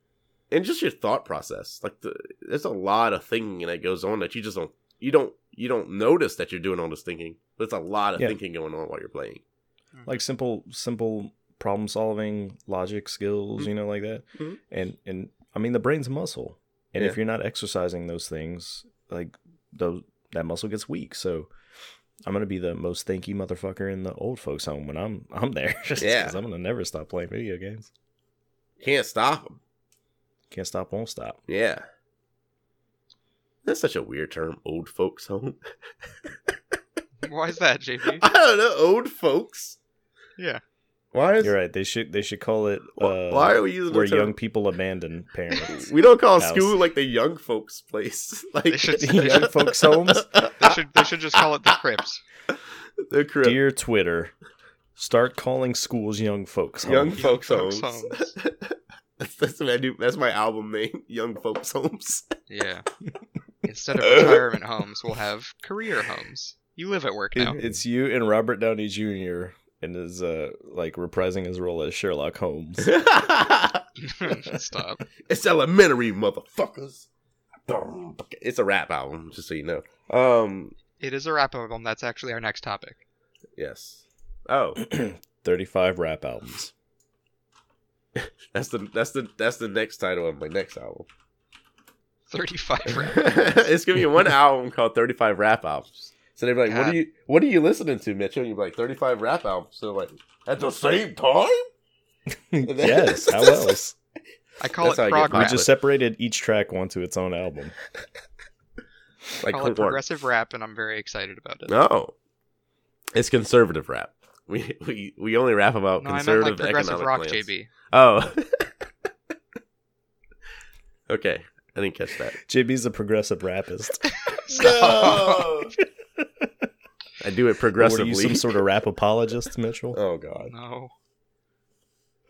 S2: and just your thought process. Like the, there's a lot of thinking that goes on that you just don't you don't you don't notice that you're doing all this thinking. There's a lot of
S3: Yeah.
S2: thinking going on while you're playing.
S3: like simple simple problem solving logic skills. You know, like that.
S2: Mhm.
S3: And and I mean the brain's a muscle, and if
S2: Yeah.
S3: you're not exercising those things, like those that muscle gets weak. So. I'm gonna be the most thanky motherfucker in the old folks home when I'm <laughs> I'm there. Just 'cause
S2: Yeah.
S3: I'm gonna never stop playing video games.
S2: Can't stop them.
S3: Can't stop, won't stop.
S2: Yeah. That's such a weird term, old folks home. <laughs>
S1: Why is that, JP?
S2: I don't know, old folks.
S1: Yeah,
S2: Why is
S3: You're right. They should they should call it
S2: wh-
S3: uh,
S2: why are we using
S3: where
S2: the term?
S3: young people abandon
S2: <laughs>
S3: parents.
S2: we don't call
S3: House.
S2: school like the young folks place, <laughs>
S1: they
S2: like
S1: should they
S3: <laughs> young
S1: should,
S2: <laughs>
S3: folks homes.
S1: they should they should just call it the Crips.
S2: the crib.
S3: Dear Twitter, Start calling schools young folks. home.
S2: Young <laughs> folks
S1: Folks
S2: homes.
S1: Homes.
S2: <laughs> that's that's my new, that's my album name. <laughs> Young folks <laughs> homes.
S1: Yeah. Instead of retirement homes, we'll have career homes. You live at work
S2: <laughs>
S1: now. <laughs>
S3: It- it's you and Robert Downey Jr. and is uh like reprising his role as Sherlock Holmes.
S2: it's
S1: Stop.
S2: elementary, motherfuckers. It's a rap album, just so you know. Um.
S1: It is a wrap up album. That's actually our next topic.
S2: Yes. Oh,
S3: <clears throat> Thirty-five
S2: <laughs>
S3: rap albums.
S2: that's the that's the that's the next title of my next album. <laughs>
S1: 35 rap.
S2: it's gonna be one album called Thirty Five Rap Albums. So they're like, "What
S1: God.
S2: are you What are you listening to, Mitchell?" And you're like, 35 rap albums." So like, at the same time,
S3: yes. How else?
S1: I call
S2: That's how
S1: it
S2: I
S1: prog rap.
S2: get my-
S3: We
S2: Alright,
S3: just
S2: let's-
S3: separated each track onto its own album.
S1: I
S2: like
S1: call it
S2: corn.
S1: progressive rap, and I'm very excited about it.
S2: No, it's conservative rap. We we we only rap about
S1: No, I meant like
S2: conservative
S1: progressive
S2: economic
S1: rock,
S2: plans.
S1: JB.
S2: Oh, <laughs> okay. I didn't catch that.
S3: JB's a progressive rapist.
S1: <laughs> Stop.
S2: <laughs> I do it
S3: Or What are
S2: progressively.
S3: you, some sort of rap apologist, Mitchell?
S2: <laughs> oh god.
S1: No.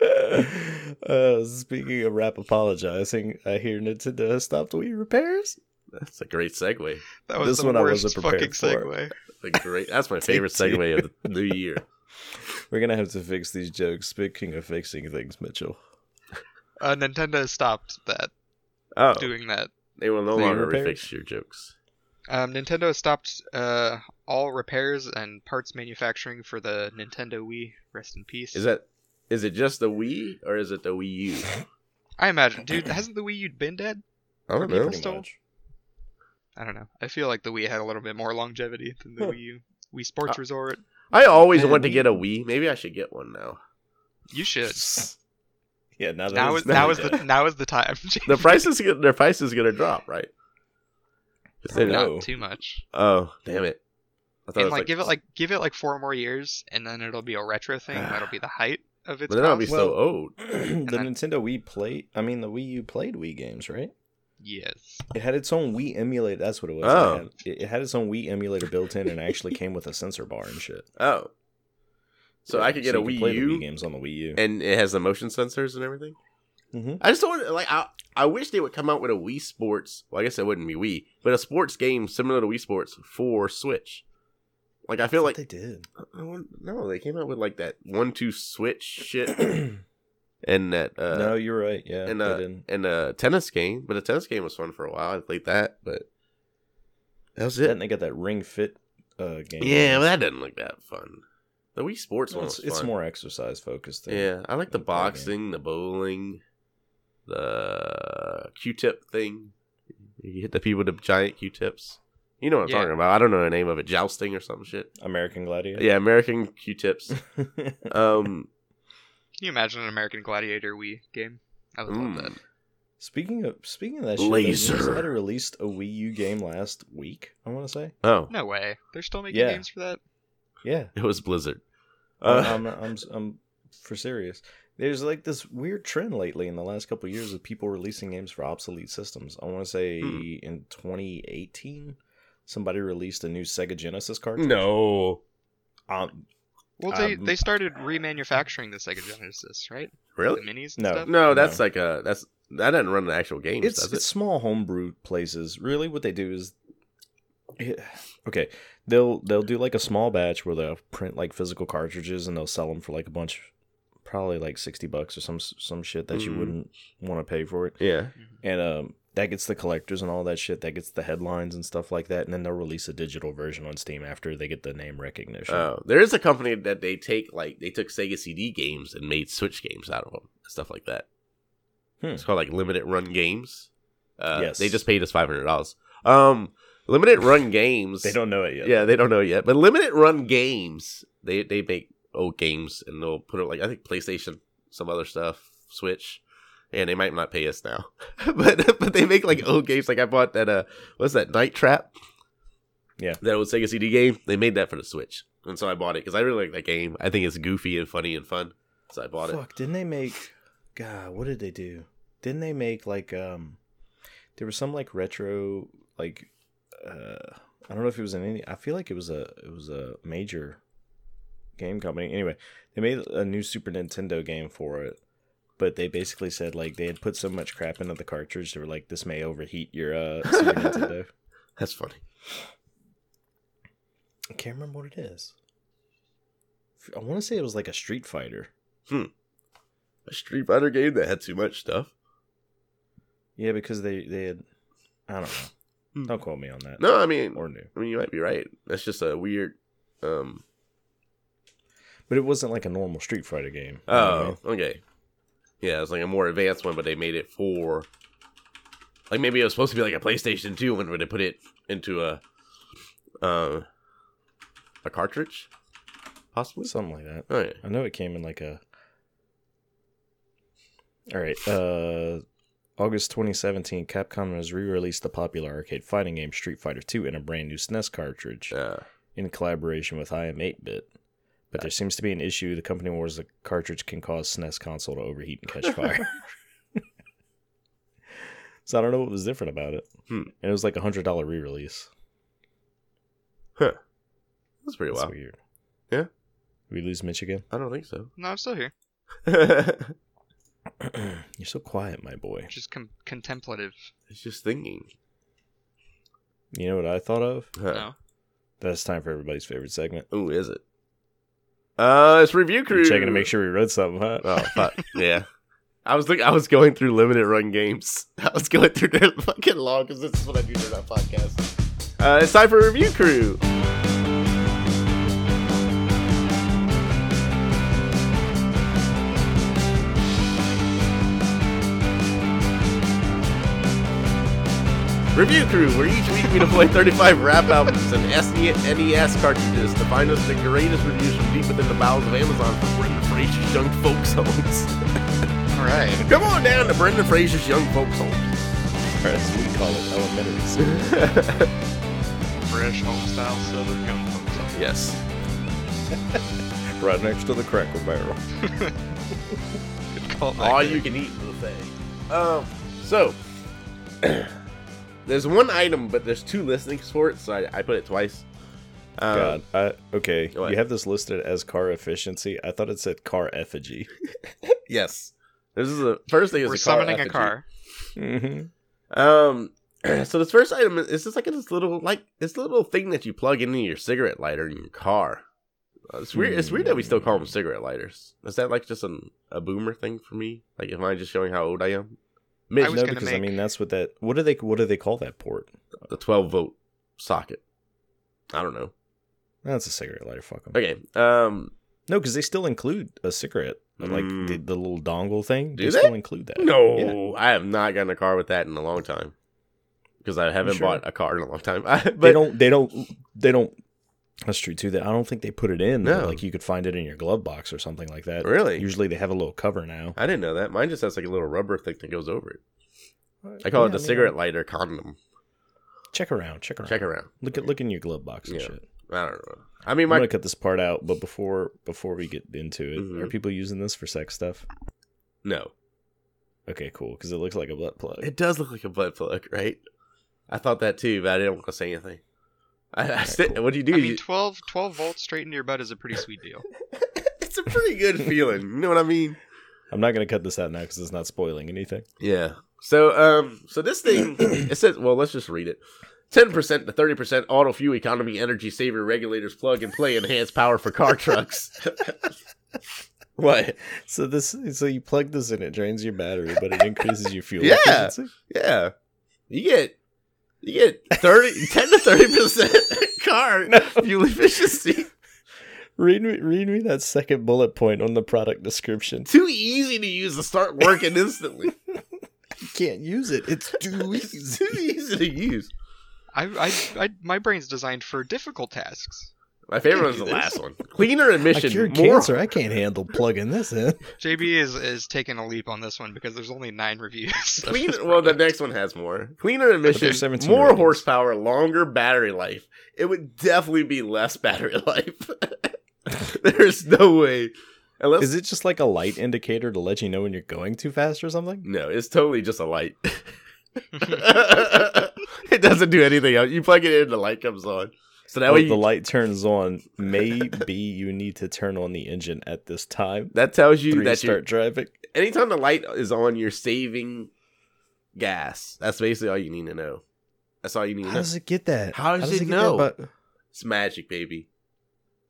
S3: <laughs> uh, speaking of rap apologizing, I hear Nintendo has stopped Wii repairs.
S2: That's a great segue.
S1: That was
S3: This
S1: the
S3: one I
S1: worst
S3: wasn't
S1: fucking
S3: prepared for.
S1: segue. <laughs>
S2: That's a great. That's my
S3: Take
S2: favorite
S3: two.
S2: segue of the new year.
S3: We're gonna have to fix these jokes. Speaking of fixing things, Mitchell.
S1: Uh, Nintendo has stopped that
S2: Oh,
S1: doing that.
S2: they will no
S3: Wii
S2: longer
S3: repairs?
S2: refix your jokes.
S1: Um, Nintendo has stopped uh, all repairs and parts manufacturing for the Nintendo Wii. Rest in peace.
S2: Is that? Is it just the Wii or is it the Wii
S1: <laughs>
S2: U?
S1: I imagine, dude. Hasn't the Wii U been dead?
S2: I don't
S1: Pretty
S2: know.
S1: much. Still? I don't know. I feel like the Wii had a little bit more longevity than the
S2: <laughs> Huh.
S1: Wii U. Wii Sports
S2: Uh,
S1: Resort.
S2: I always
S3: Man,
S2: want to
S3: Wii
S2: get a
S3: U.
S2: Wii. Maybe I should get one now. <laughs>
S1: You should.
S3: <laughs> Yeah, now that
S1: Now
S3: it's
S1: is now
S3: not
S1: is the
S3: dead.
S1: now is the time.
S2: <laughs> The price is go- their price is gonna drop, right? 'Cause
S1: <laughs>
S2: they
S1: Not
S2: know.
S1: too much.
S2: Oh damn it! I thought
S1: And
S2: was
S1: like, give it like give it like four more years, and then it'll be a retro
S2: <sighs>
S1: thing. That'll be the height of its.
S2: but then I'll be
S1: cost.
S2: so old.
S3: the Nintendo Wii played. I mean, the Wii U played Wii games, right?
S1: yes.
S3: It had its own Wii emulator. That's what it was.
S2: Oh.
S3: It, had, it- it had its own Wii emulator built in, and actually came with a sensor bar and shit.
S2: Oh, so I could get a
S3: you
S2: Wii
S3: play the
S2: U,
S3: Wii games on the Wii U.
S2: and it has the motion sensors and everything.
S3: mm-hmm.
S2: I just don't want like I. I wish they would come out with a Wii Sports. Well, I guess it wouldn't be Wii, but a sports game similar to Wii Sports for Switch. Like I feel like <clears throat>
S3: they did. <clears throat>
S2: I want- no, they came out with like that one-two switch shit
S3: <coughs>
S2: and that uh,
S3: no, you're right. Yeah,
S2: and,
S3: they
S2: uh,
S3: didn't.
S2: and a tennis game, but the tennis game was fun for a while. I played that, but that was
S3: Then
S2: it.
S3: they got that Ring Fit uh, game.
S2: Yeah, but that didn't look that fun. The Wii Sports
S3: No,
S2: one
S3: it's,
S2: was
S3: it's
S2: fun.
S3: more exercise focused. Thing.
S2: Yeah, I like the
S3: than the card game.
S2: boxing, the bowling, the Q-tip thing. You hit the people with the giant Q-tips. You know what I'm
S1: Yeah.
S2: talking about. I don't know the name of it. Jousting or some shit.
S3: American Gladiator.
S2: Yeah, American Q-tips. um,
S1: Can you imagine an American Gladiator Wii game? I would love
S2: mm.
S1: that.
S3: <laughs> speaking of speaking of that, shit,
S2: Laser.
S3: Somebody released a Wii U game last week. I want to say.
S2: Oh,
S1: No way. They're still making
S3: Yeah.
S1: games for that.
S3: Yeah.
S2: it was Blizzard.
S3: Uh,
S2: Uh,
S3: I'm, I'm I'm for serious. There's like this weird trend lately in the last couple of years of people releasing games for obsolete systems. I want to say
S2: Hmm.
S3: in 2018, somebody released a new Sega Genesis
S2: <laughs>
S3: cartridge.
S2: no,
S3: um,
S1: Well, they,
S3: Um,
S1: they started remanufacturing the Sega Genesis, right? The
S2: really?
S1: minis and
S3: No.
S1: stuff.
S2: No, that's
S3: No.
S2: like a that's that doesn't run the actual games,
S3: it's
S2: does it?
S3: it's small homebrew places. Really, what they do is, okay, they'll they'll do like a small batch where they'll print like physical cartridges and they'll sell them for like a bunch, probably like sixty bucks or some some shit that you
S2: Mhm.
S3: wouldn't want to pay for it.
S2: Yeah.
S3: and um, that gets the collectors and all that shit. That gets the headlines and stuff like that. And then they'll release a digital version on Steam after they get the name recognition.
S2: Oh, there is a company that they take like they took Sega CD games and made Switch games out of them, stuff like that.
S3: Hmm.
S2: It's called like limited run games. Uh,
S3: Yes.
S2: they just paid us five hundred dollars. Um, limited
S3: <laughs>
S2: run games.
S3: they don't know it yet.
S2: Yeah, they don't know yet, but limited run games. They they make old games and they'll put it like I think PlayStation, some other stuff, Switch. And they might not pay us now, <laughs> but but they make like old games. Like I bought that uh, what's that Night Trap?
S3: Yeah.
S2: that old Sega CD game. They made that for the Switch, and so I bought it because I really like that game. I think it's goofy and funny and fun, so I bought
S3: Fuck, didn't they make? God, what did they do? Didn't they make like um? There was some like retro like, uh, I don't know if it was in any. I feel like it was a it was a major game company. Anyway, they made a new Super Nintendo game for it, but they basically said like they had put so much crap into the cartridge they were like this may overheat your uh, Super Nintendo.
S2: That's funny.
S3: I can't remember what it is. I want to say it was like a Street Fighter.
S2: A Street Fighter game that had too much stuff.
S3: Yeah, because they they had I don't know.
S2: Hmm.
S3: Don't quote me on that.
S2: No, I mean,
S3: Or new.
S2: I mean, you might be right. That's just a weird. Um.
S3: But it wasn't like a normal Street Fighter game. you know what I
S2: Oh,
S3: mean?
S2: okay. Yeah, it's like a more advanced one, but they made it for. Like maybe it was supposed to be like a PlayStation Two one, where they put it into a, um, a cartridge, possibly.
S3: something like that.
S2: Oh yeah.
S3: I know it came in like a. All right. Uh, August 2017, Capcom has re-released the popular arcade fighting game Street Fighter II in a brand new SNES cartridge
S2: Uh,
S3: in collaboration with IM 8-bit. But there seems to be an issue. The company warns the cartridge can cause SNES console to overheat and
S2: <laughs>
S3: catch fire. so I don't know what was different about it.
S2: Hmm.
S3: And it was like a hundred dollar re-release.
S2: that's pretty
S3: That's
S2: wild.
S3: weird.
S2: Yeah.
S3: We lose Mitch again.
S2: I don't think
S3: <laughs>
S2: so.
S1: No, I'm still here.
S2: it's
S3: <clears throat> You're so quiet, my boy.
S1: Just com- contemplative.
S2: just thinking.
S3: You know what I thought of?
S2: Huh.
S1: No.
S3: That's time for everybody's favorite segment.
S2: Ooh, is it? Uh, it's review crew.
S3: You're checking to make sure we read something, huh?
S2: Oh fuck <laughs> yeah! I was think I was going through limited run games. <laughs> I was going through their <laughs> fucking log because this is what I do during our podcast. Uh, it's time for review crew. Review Crew, where each week we deploy 35 rap albums and E SD NES cartridges to find us the greatest reviews from deep within the bowels of Amazon for Brendan Fraser's Young Folk Songs.
S1: All right.
S2: <laughs> Come on down to Brendan Fraser's Young Folk Songs.
S3: As we call it elementary school.
S1: British home style southern young folks.
S2: yes.
S3: <laughs> right next to the cracker barrel.
S1: Good call. Mike.
S2: All you can eat buffet. Um, so, <clears throat> there's one item, but there's two listings for it, so I, I put it twice. Um,
S3: God. I, okay.
S2: What?
S3: You have this listed as car efficiency. I thought it said car
S2: <laughs>
S3: effigy.
S2: Yes. This is the first thing is
S1: We're
S2: a car
S1: summoning a
S2: effigy.
S1: car.
S3: Mm-hmm.
S2: Um, <clears throat> so this first item is it's just like this little like this little thing that you plug into your cigarette lighter in your car. Uh, it's weird. It's weird that we still call them cigarette lighters. Is that like just an, a boomer thing for me? Like, am I just showing how old I am? Mitch,
S1: I was
S3: no,
S1: gonna
S3: because I
S1: make-
S3: mean that's what that. What do they? What do they call that port?
S2: the twelve volt socket. I don't know.
S3: That's a cigarette lighter. Fuck 'em.
S2: Okay. Um.
S3: No, because they still include a cigarette, like
S2: Mm.
S3: the, the little dongle thing.
S2: Do
S3: they,
S2: they?
S3: still include that? Yeah.
S2: No, I have not gotten a car with that in a long time because I haven't
S3: sure?
S2: bought a car in a long time. <laughs> but
S3: they don't. They don't. They don't. That's true too. That I don't think they put it in. but,
S2: No.
S3: like you could find it in your glove box or something like that.
S2: really.
S3: Usually they have a little cover now.
S2: I didn't know that. Mine just has like a little rubber thing that goes over it. I call it the cigarette lighter condom.
S3: Check around. Check around.
S2: Check around.
S3: Look at look in your glove box and
S2: Yeah.
S3: shit.
S2: I don't know. I mean,
S3: I'm gonna
S2: my
S3: cut this part out, but before before we get into it,
S2: Mhm.
S3: are people using this for sex stuff?
S2: no.
S3: Okay, cool. Because it looks like a butt plug.
S2: It does look like a butt plug, right? I thought that too, but I didn't want to say anything. I, I said, what do you do?
S1: I mean,
S2: You-
S1: 12, 12 volts straight into your butt is a pretty sweet deal.
S2: <laughs> it's a pretty good feeling. You know what I mean?
S3: I'm not gonna cut this out now because it's not spoiling anything.
S2: Yeah. So, um, so this thing it says. Well, let's just read it. Ten percent to thirty percent auto fuel economy energy saver regulators plug and play enhanced power for car trucks. what?
S3: So this so you plug this in, it drains your battery, but it increases your fuel
S2: Yeah.
S3: efficiency.
S2: Yeah. You get you get 30, 10 to thirty <laughs> percent <laughs> car fuel efficiency.
S3: Read me, read me that second bullet point on the product description.
S2: Too easy to use to start working instantly.
S3: You can't use it. It's <laughs> too
S2: it's too easy to use.
S1: I, I, I, my brain's designed for difficult tasks.
S2: My favorite one's the last one. Cleaner
S3: I
S2: emission.
S3: cured
S2: more-
S3: cancer. I can't handle plugging this in.
S1: JB is is taking a leap on this one because there's only nine reviews. of this
S2: Cleaner, well, the
S1: product.
S2: next one has more. Cleaner emission,
S3: there's 17
S2: more
S3: ratings.
S2: horsepower, longer battery life. It would definitely be less battery <laughs> life. There's no way. Unless
S3: Is it just like a light indicator to let you know when you're going too fast or something?
S2: No, it's totally just a
S3: <laughs>
S2: light. it doesn't do anything else. You plug it in, the light comes on. So that way
S3: when
S2: you,
S3: the light turns on, maybe you need to turn on the engine at this time.
S2: that tells you
S3: Three to
S2: that you're
S3: start driving.
S2: anytime the light is on, you're saving gas. That's basically all you need to know. That's all you need to
S3: How
S2: know.
S3: does it get that?
S2: How does it
S3: get that
S2: know?
S3: bu-
S2: It's magic, baby.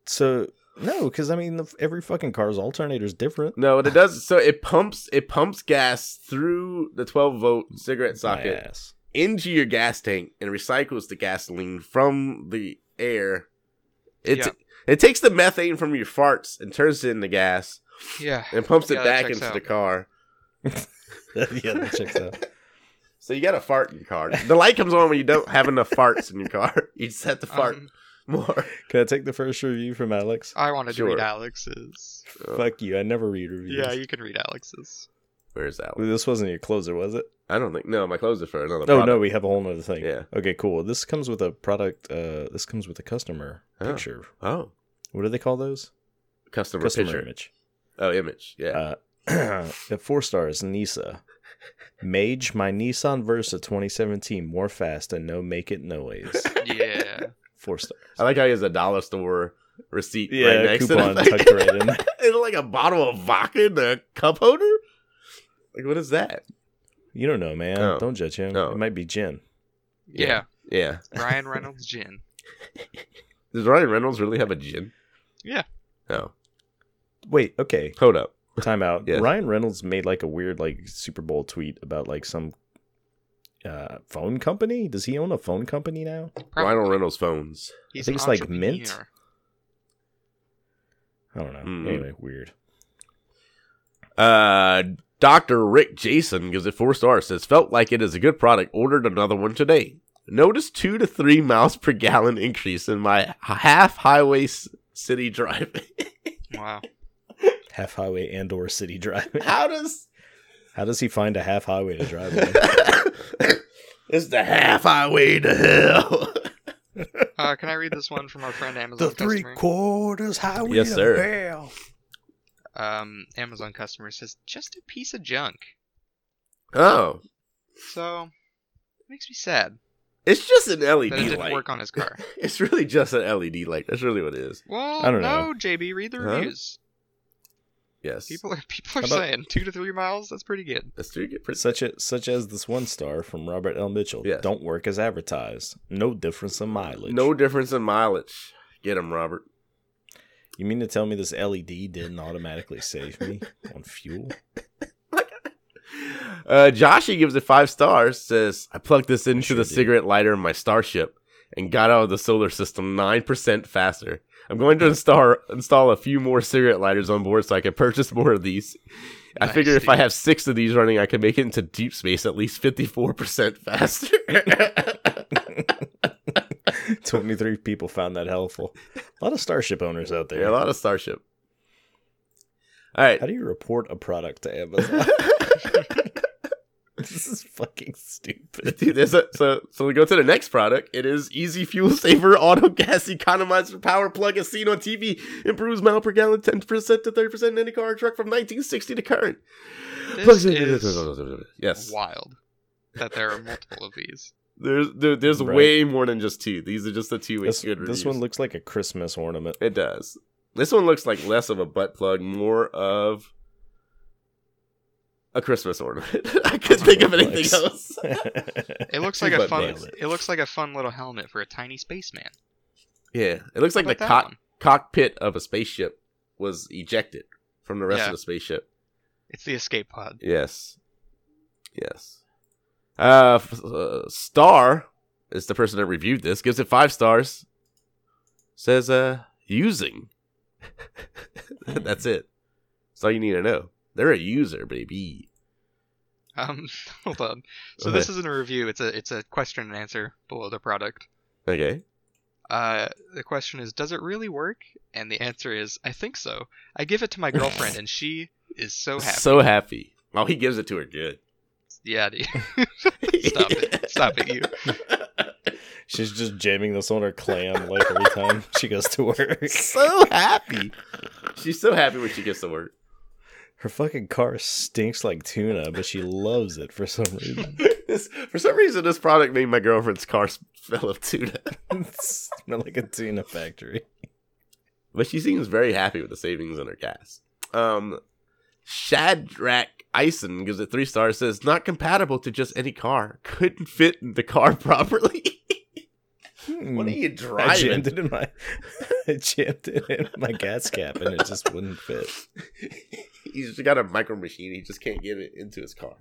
S3: so no, because I mean, the, every fucking car's alternator is different.
S2: No, what it does so it pumps it pumps gas through the 12 volt cigarette socket
S3: My ass.
S2: into your gas tank and recycles the gasoline from the air. It
S1: Yeah.
S2: it takes the methane from your farts and turns it into gas
S1: <laughs> Yeah.
S2: and pumps it
S1: Yeah, that
S2: back
S1: checks
S2: into
S1: out.
S2: the car.
S3: <laughs> yeah, that checks out.
S2: So you got to fart in your car. The light comes on when you don't have enough farts in your car. <laughs> You just have to fart
S1: Um,
S3: <laughs>
S2: more.
S3: Can I take the first review from Alex?
S1: I wanted
S2: Sure.
S1: to read Alex's.
S3: Fuck you! I never read reviews.
S1: Yeah, you can read Alex's.
S2: Where's that one?
S3: This wasn't your closer, was it?
S2: I don't think. No, my clothes are for another.
S3: Oh no,
S2: product.
S3: we have a whole nother thing.
S2: Yeah.
S3: Okay, cool. This comes with a product. Uh, this comes with a customer
S2: Oh.
S3: picture.
S2: Oh,
S3: What do they call those?
S2: customer,
S3: customer
S2: picture.
S3: image. <clears throat>
S2: Oh, image. Yeah.
S3: Uh, at four stars, Nisa. Mage my Nissan Versa 2017 more fast and no make it
S2: <laughs>
S3: noise.
S1: Yeah.
S3: Four stars.
S2: I like how he has a dollar store receipt
S3: Yeah,
S2: right next
S3: coupon
S2: to <laughs>
S3: tucked right in.
S2: It's like a bottle of vodka in a cup holder. Like what is that?
S3: You don't know, man.
S2: No.
S3: Don't judge him.
S2: No.
S3: It might be gin.
S1: Yeah.
S2: Yeah.
S1: <laughs> Ryan Reynolds gin.
S2: Does Ryan Reynolds really have a gin?
S1: Yeah.
S2: Oh,
S3: Wait, okay.
S2: hold up.
S3: Time
S2: <laughs>
S3: out.
S2: Yes.
S3: Ryan Reynolds made like a weird like Super Bowl tweet about like some uh phone company. Does he own a phone company now?
S2: Ryan Reynolds phones.
S1: He's
S3: think
S1: an
S3: it's like mint.
S1: entrepreneur.
S3: I don't know.
S2: Mm.
S3: Anyway, weird.
S2: Uh, Doctor Rick Jason gives it four stars. Says felt like it is a good product. Ordered another one today. Notice two to three miles per gallon increase in my half highway s- city <laughs> driving.
S1: Wow.
S3: Half highway and or city <laughs> driving.
S2: How does
S3: How does he find a half highway to drive
S2: <laughs>
S3: on?
S2: it's the half highway to hell. <laughs>
S1: Uh, can I read this one from our friend Amazon customer?
S3: quarters highway
S2: Yes, sir. <laughs>
S3: hell.
S1: um, Amazon customer says just a piece of junk.
S2: oh,
S1: So it makes me sad
S2: it's just an LED
S1: that it didn't
S2: light.
S1: work on his
S3: <laughs>
S1: car.
S2: <laughs> It's really just an LED light. That's really what it is.
S1: Well,
S3: I don't
S1: no,
S3: know.
S1: JB, read the
S2: Huh?
S1: reviews.
S2: Yes,
S1: People are <laughs> people are
S3: How about-
S1: saying two to three miles. That's pretty good.
S2: that's true. Get pretty-
S3: Such a, such as this one star from Robert L. Mitchell.
S2: Yes.
S3: Don't work as advertised. No difference in mileage.
S2: No difference in mileage. Get him, Robert.
S3: You mean to tell me this LED didn't automatically
S2: <laughs>
S3: save me on fuel?
S2: Uh, Joshy gives it five stars. Says I plugged this into
S3: sure
S2: the
S3: did.
S2: cigarette lighter in my starship and got out of the solar system nine percent faster. I'm going to install install a few more cigarette lighters on board so I can purchase more of these. I
S1: Nice,
S2: figure if I
S1: dude.
S2: have six of these running, I can make it into deep space at least fifty four percent faster. <laughs>
S3: <laughs> 23 people found that helpful. A lot of Starship owners out
S2: yeah,
S3: there.
S2: a lot of starship. All right.
S3: How do you report a product
S2: <laughs>
S3: to Amazon? <laughs> this is fucking stupid.
S2: Dude, there's a, so so we go to the next product. It is Easy Fuel Saver Auto Gas Economizer Power Plug, as seen on TV, improves mile per gallon ten percent to thirty percent in any car or truck from 1960 to current.
S1: This
S2: Plugs in-
S1: is-
S2: <laughs> yes,
S1: Wild that there are multiple of these.
S2: there's there, there's
S3: Right.
S2: way more than just two. These are just the two
S3: This,
S2: good
S3: this
S2: reviews.
S3: one looks like a Christmas ornament. <laughs>
S2: it does. This one looks like less of a butt plug, more of a Christmas ornament. <laughs> I couldn't think
S3: <laughs>
S2: of anything
S3: Flex.
S2: else.
S1: It
S3: <laughs>
S1: looks
S2: Two
S1: like a
S2: butt
S1: fun.
S2: plugs.
S1: It looks like a fun little helmet for a tiny spaceman.
S2: Yeah, it looks like
S1: How
S2: the
S1: about that
S2: cock
S1: one?
S2: cockpit of a spaceship was ejected from the rest
S1: Yeah.
S2: of the spaceship.
S1: It's the escape pod. <laughs>
S2: Yes. Yes. Uh, f- uh, Star is the person that reviewed this. Gives it five stars. Says, uh, using. <laughs> That's it. That's all you need to know. They're a user, baby.
S1: Um, hold on. So this isn't a review. It's a it's a question and answer below the product.
S2: Okay.
S1: Uh, the question is, does it really work? And the answer is, I think so. I give it to my girlfriend, and she is so happy.
S2: <laughs> So happy. Oh, he gives it to her good.
S1: Yeah, dude. Stop it. Stop it, you.
S3: She's just jamming this on her clam like every time
S2: <laughs>
S3: she goes to work.
S2: so happy. She's so happy when she gets to work.
S3: Her fucking car stinks like tuna, but she loves it for some reason.
S2: <laughs>
S3: <laughs>
S2: this, for some reason, this product made my girlfriend's car smell of tuna.
S3: It smelled like a tuna factory.
S2: <laughs> but she seems very happy with the savings on her gas. Um, Shadrach Ison gives it three stars. Says not compatible to just any car. Couldn't fit in the car <laughs> properly.
S3: Hmm.
S2: what are you
S3: I jammed
S2: driving? <laughs>
S3: it in my, <laughs> I jammed it in my gas cap, and it just wouldn't fit.
S2: He's got a micro machine. He just can't get it into his car.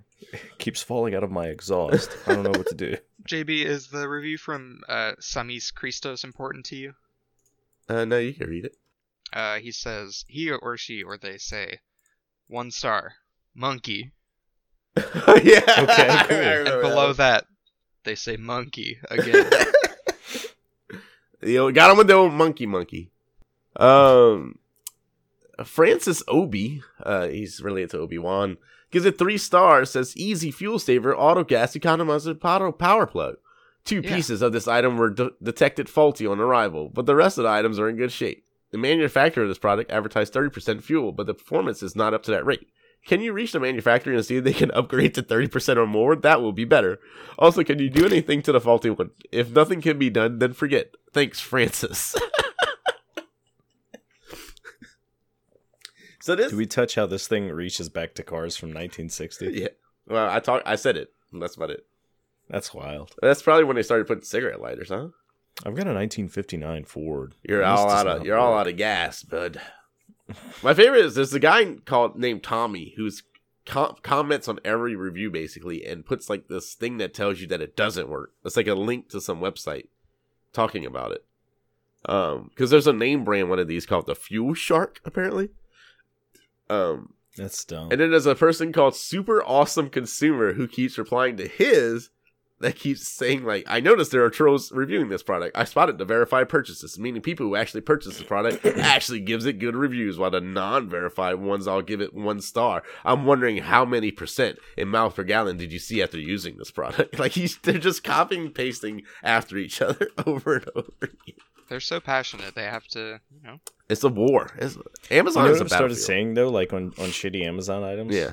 S3: Keeps falling out of my exhaust. I don't know what to do.
S1: JB, is the review from uh, Samis Christos important to you?
S2: Uh, no, you can read it. <laughs>
S1: Uh, he says he or she or they say one star monkey,
S2: yeah.
S3: <laughs> Okay,
S2: <laughs> I
S3: cool.
S2: remember
S1: and
S2: that
S1: below
S2: one.
S1: that they say monkey again.
S2: you know, got him with the old monkey monkey. Um, Francis Obi, uh, he's related to Obi Wan, gives it three stars. Says easy fuel saver, auto gas economizer, power power plug. Two
S1: Yeah.
S2: pieces of this item were de- detected faulty on arrival, but the rest of the items are in good shape. The manufacturer of this product advertised 30% fuel, but the performance is not up to that rate. Can you reach the manufacturer and see if they can upgrade to 30% or more? That will be better. Also, can you do anything to the faulty one? If nothing can be done, then forget. Thanks, Francis. <laughs> so this
S3: Do we touch how this thing reaches back to cars from 1960?
S2: yeah. Well, I talk I said it. That's about it.
S3: That's wild.
S2: That's probably when they started putting cigarette lighters, huh?
S3: I've got a 1959 Ford.
S2: You're
S3: This
S2: all
S3: does
S2: out of
S3: not
S2: you're all
S3: work.
S2: out of gas, bud. My favorite is there's a guy called named Tommy who's com- comments on every review basically and puts like this thing that tells you that it doesn't work. It's like a link to some website talking about it. Um, because there's a name brand one of these called the Fuel Shark apparently. Um,
S3: That's dumb.
S2: and then there's a person called Super Awesome Consumer who keeps replying to his that keeps saying like, I noticed there are trolls reviewing this product. I spotted the verified purchases, meaning people who actually purchase the
S3: <coughs>
S2: product actually gives it good reviews, while the non-verified ones all give it one star. I'm wondering how many percent in miles per gallon did you see after using this product? <laughs> Like he's they're just copying and pasting after each <laughs> other over and over. again.
S1: They're so passionate they have to, you know.
S2: It's a war. It's,
S3: you
S2: Amazon
S3: know
S2: is
S3: what
S2: a
S3: I started
S2: battlefield.
S3: saying though, like on, on shitty Amazon items.
S2: yeah,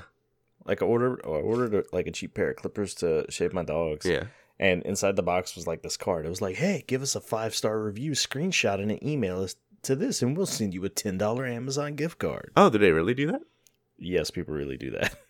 S3: Like I ordered, I ordered a, like a cheap pair of clippers to shave my dogs.
S2: yeah.
S3: And inside the box was like this card. It was like, hey, give us a five star review, screenshot, and an email us to this, and we'll send you a ten dollar Amazon gift card.
S2: Oh, did they really do that?
S3: Yes, people really do that. <laughs>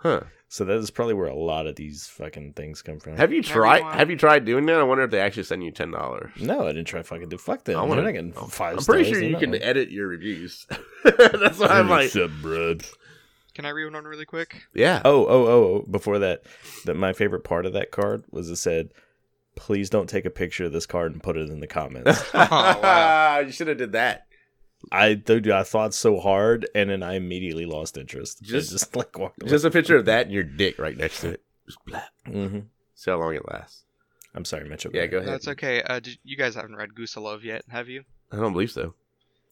S2: Huh.
S3: So that is probably where a lot of these fucking things come from.
S2: Have you
S1: Whatever you
S2: tried?
S1: want.
S2: have you tried doing that? I wonder if they actually send you ten dollars.
S3: no, I didn't try fucking do. Fuck that.
S2: I
S3: I'm
S2: wanna-
S3: not getting five.
S2: I'm pretty
S3: stars,
S2: sure you
S3: no.
S2: can edit your reviews. <laughs> That's why I'm like,
S1: Can I read one really quick?
S2: yeah.
S3: Oh, oh, oh, oh. Before that, that my favorite part of that card was it said, please don't take a picture of this card and put it in
S2: <laughs>
S3: the comments.
S1: wow.
S2: you should have did that.
S3: I dude, I thought so hard and then I immediately lost interest.
S2: Just-
S3: Just, just <laughs> like walked away.
S2: Just a picture of that and your dick right next to it. Just blah.
S3: hmm
S2: See how long it lasts.
S3: I'm sorry, Mitchell.
S2: Yeah, go ahead.
S1: That's okay. Uh, did, you guys haven't read Gusilov yet, have you?
S2: I don't believe so.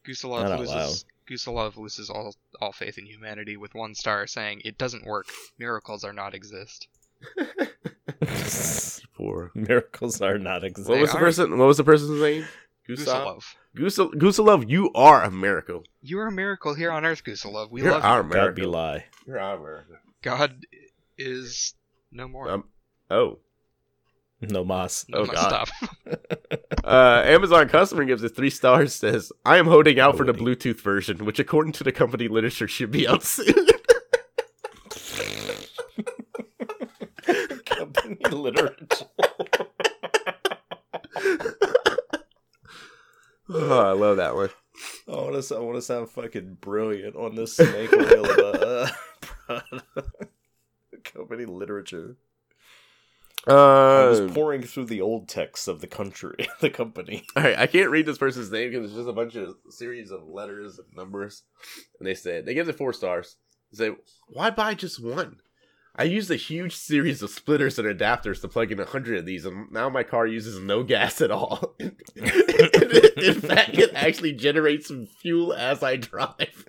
S1: Gusilov
S3: Not out
S1: loses. Gusilov loses all all faith in humanity with one star, saying it doesn't work. Miracles are not exist.
S2: Poor.
S3: <laughs> Miracles are not exact.
S2: What was the
S1: are-
S2: person? What was the person's name? Gusilov.
S1: Gusilov,
S2: Gusil- Gusilov, you are a miracle.
S1: you are a miracle here on Earth, Gusilov. We
S2: You're
S1: love
S2: our
S1: you.
S3: God be
S2: miracle.
S3: lie.
S2: You're our miracle.
S1: God is no more.
S2: Um, oh. <laughs>
S3: No mas.
S1: No
S2: oh
S1: more
S2: God.
S1: stuff.
S2: Uh, Amazon customer gives it three stars. Says, "I am holding out for the
S3: Holding.
S2: Bluetooth version, which, according to the company literature, should be out <laughs> soon."
S3: Company literature.
S2: oh, I love that one.
S3: <laughs> I want to. I want to sound fucking brilliant on this snake oil of a uh, <laughs> product. Company literature. I was
S2: Um,
S3: pouring through the old texts of the country, <laughs> the company.
S2: all right, I can't read this person's name because it's just a bunch of series of letters and numbers. And they said they give it four stars. They say, "Why buy just one?" I used a huge series of splitters and adapters to plug in a hundred of these, and now my car uses no gas at all. <laughs> in fact, it actually generates some fuel as I drive.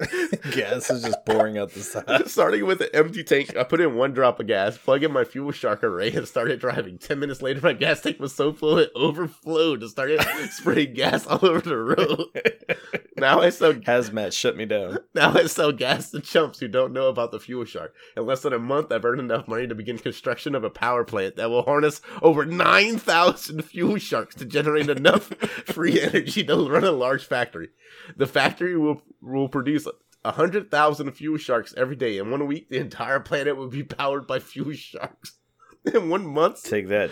S2: <laughs>
S3: Gas is just pouring out the side.
S2: Starting with an empty tank, I put in one drop of gas, plug in my fuel shark array, and started driving. Ten minutes later, my gas tank was so full it overflowed and started spraying gas all over the road. Now it's so
S3: Hazmat shut me down.
S2: <laughs> now it's so gas the chumps who don't know about the fuel shark. In less than a month, I've earned enough money to begin construction of a power plant that will harness over nine thousand fuel sharks to generate enough <laughs> free energy to run a large factory. The factory will will produce hundred thousand fuel sharks every day. In one week, the entire planet will be powered by fuel sharks. <laughs> In one month,
S3: Take that.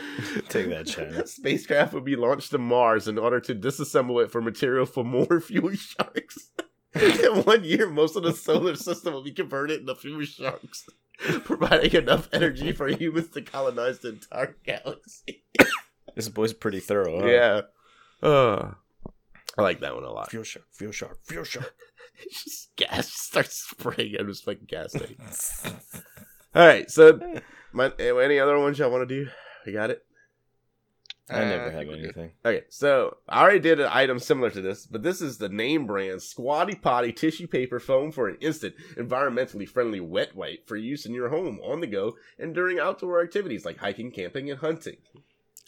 S3: Take that,
S2: <laughs>
S3: China.
S2: Spacecraft would be launched to Mars in order to disassemble it for material for more <laughs> fuel sharks. <laughs> in one year, most of the solar system will be converted into fuel sharks, <laughs> providing enough energy for humans to colonize the entire galaxy.
S3: This boy's pretty thorough. Huh?
S2: Yeah. Uh, I like that one a lot. <laughs>
S3: Fuel shark. Fuel shark. Fuel shark.
S2: It's just gas <laughs> just starts spraying at his fucking gas tank. All right, so my, eh, any other ones y'all want to do? We got it.
S3: <laughs> I never
S1: Uh,
S3: have
S1: think we're good.
S3: anything.
S2: Okay, so I already did an item similar to this, but this is the name brand Squatty Potty tissue paper foam for an instant, environmentally friendly wet wipe for use in your home, on the go, and during outdoor activities like hiking, camping, and hunting.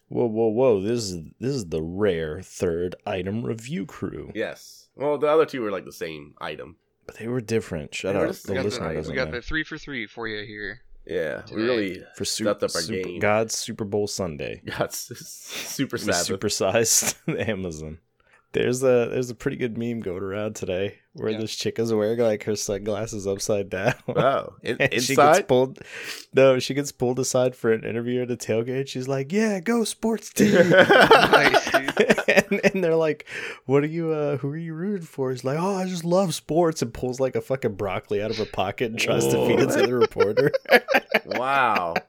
S3: Whoa, whoa, whoa! This is this is the rare third item review crew,
S2: Yes. Well, the other two were like the same item.
S3: but they were different. Shut
S2: They were
S3: up!
S2: just-
S3: The
S1: we got,
S3: listener
S1: the,
S3: doesn't
S1: we got
S3: know.
S1: the three for three for you here.
S2: Yeah, we
S1: Today.
S2: really
S3: for su-
S2: stepped up our
S3: Super-
S2: game.
S3: God's Super Bowl Sunday.
S2: got <laughs> s- super
S3: It was
S2: sad.
S3: supersized <laughs> Amazon. There's a there's a pretty good meme going around today where
S1: Yeah.
S3: this chick is wearing like her sunglasses upside down. <laughs>
S2: Wow. Oh, In-
S3: And she gets <laughs>
S2: inside?
S3: pulled. No, she gets pulled aside for an interview at a tailgate. She's like, "Yeah,
S2: <laughs>
S3: go sports team."
S1: Nice, dude.
S3: and, <laughs> and they're like, "What are you? Uh, who are you rooting for?" He's like, "Oh, I just love sports," and pulls like a fucking broccoli out of her pocket and tries
S2: Whoa.
S3: to feed it to the reporter.
S2: wow.
S3: <laughs>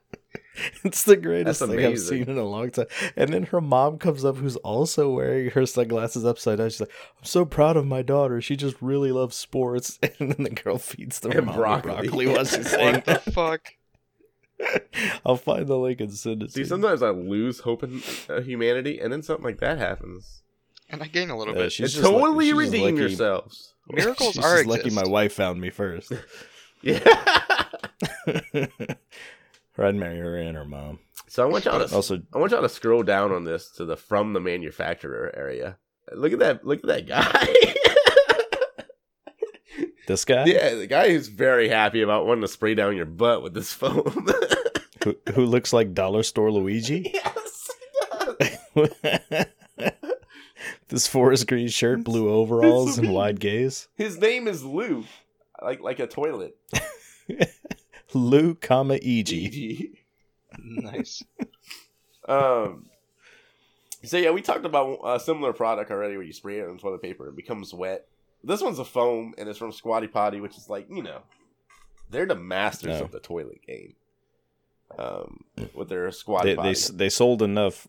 S3: it's the greatest
S2: That's
S3: thing I've
S2: amazing.
S3: seen in a long time. And then her mom comes up, who's also wearing her sunglasses upside down. She's like, "I'm so proud of my daughter. She just really loves sports." <laughs> And then the girl feeds the
S2: And
S3: mom
S2: broccoli.
S3: broccoli. broccoli while she's saying
S1: What the fuck?
S3: I'll find the link and send it
S2: See,
S3: to you.
S2: sometimes I lose hope in uh, humanity, and then something like that happens.
S1: And I gain a little
S3: Uh,
S1: bit.
S3: she's just lucky-
S2: totally
S3: she's just
S2: redeem
S3: lucky- <laughs>
S2: yourselves.
S1: Miracles
S3: she's
S1: are
S3: just lucky.
S1: exist.
S3: My wife found me first,
S2: <laughs>
S3: <laughs>
S2: Yeah.
S3: or I'd marry her and her mom.
S2: so I want y'all to
S3: Also,
S2: I want y'all to scroll down on this to the from the manufacturer area. Look at that! Look at that guy.
S3: this guy
S2: <laughs> yeah, the guy who's very happy about wanting to spray down your butt with this foam. <laughs>
S3: who, who looks like dollar store Luigi,
S2: yes.
S3: <laughs> this forest green shirt, blue overalls, and wide gaze.
S2: His name is Lou, like like a toilet.
S3: Lou, comma E Eg.
S2: GG.
S1: nice.
S2: Um. So yeah, we talked about a similar product already, where you spray it on toilet paper, it becomes wet. This one's a foam, and it's from Squatty Potty, which is like you know, they're the masters
S3: No.
S2: of the toilet game. Um, with their Squatty
S3: They, they
S2: Potty,
S3: s- they sold enough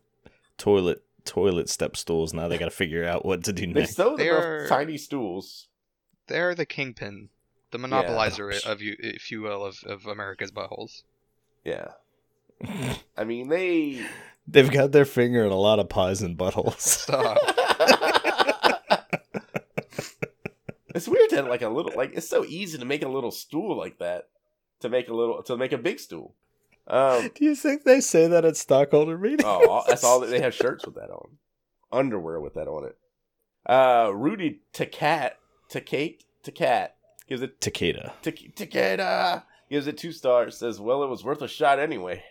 S3: toilet toilet step stools. Now they got to figure out what to do
S2: they,
S3: next.
S2: sold
S1: They
S2: enough
S1: are-
S2: tiny stools.
S1: They're the kingpin, the monopolizer of you, if you will, of, of America's
S2: <laughs>
S1: buttholes.
S3: <laughs>
S2: Yeah, I mean they.
S3: They've got their finger in a lot of pies and buttholes. <laughs>
S1: Stop.
S2: it's weird that like a little like it's so easy to make a little stool like that to make a little to make a big stool. Um,
S3: Do you think they say that at stockholder meetings?
S2: Oh, all- that's all that they have shirts with that on, underwear with that on it. Uh, Rudy Tacat Takate Tacat gives it
S3: <laughs> Takeda.
S2: Taki- Takeda gives it two stars. Says, "Well, it was worth a shot anyway.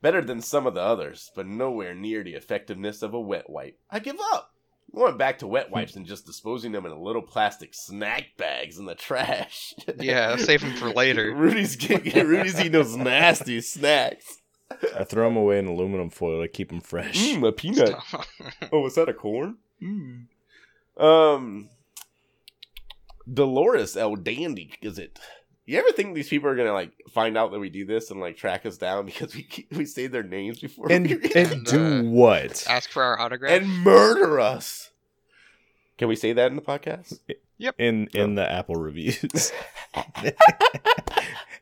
S2: Better than some of the others, but nowhere near the effectiveness of a wet wipe. I give up. I'm Going back to wet wipes and just disposing them in little plastic snack bags in the trash.
S1: <laughs> Yeah, save 'em for later.
S2: Rudy's getting, Rudy's eating those nasty snacks.
S3: I throw <laughs> them away in aluminum foil to keep them fresh.
S2: Mmm, a peanut.
S1: Stop. <laughs>
S2: Oh, is that a corn?
S3: Mm.
S2: Um, Dolores El Dandy, is it? You ever think these people are gonna like find out that we do this and like track us down <laughs> because we keep- we say their names before
S3: <laughs> And
S2: we read
S3: and
S1: And,
S3: do
S1: uh,
S3: what?
S1: Ask for our autograph.
S2: and murder us? Can we say that in the
S3: <laughs>
S2: podcast?
S3: In
S2: Oh.
S3: in the Apple
S2: <laughs>
S3: reviews.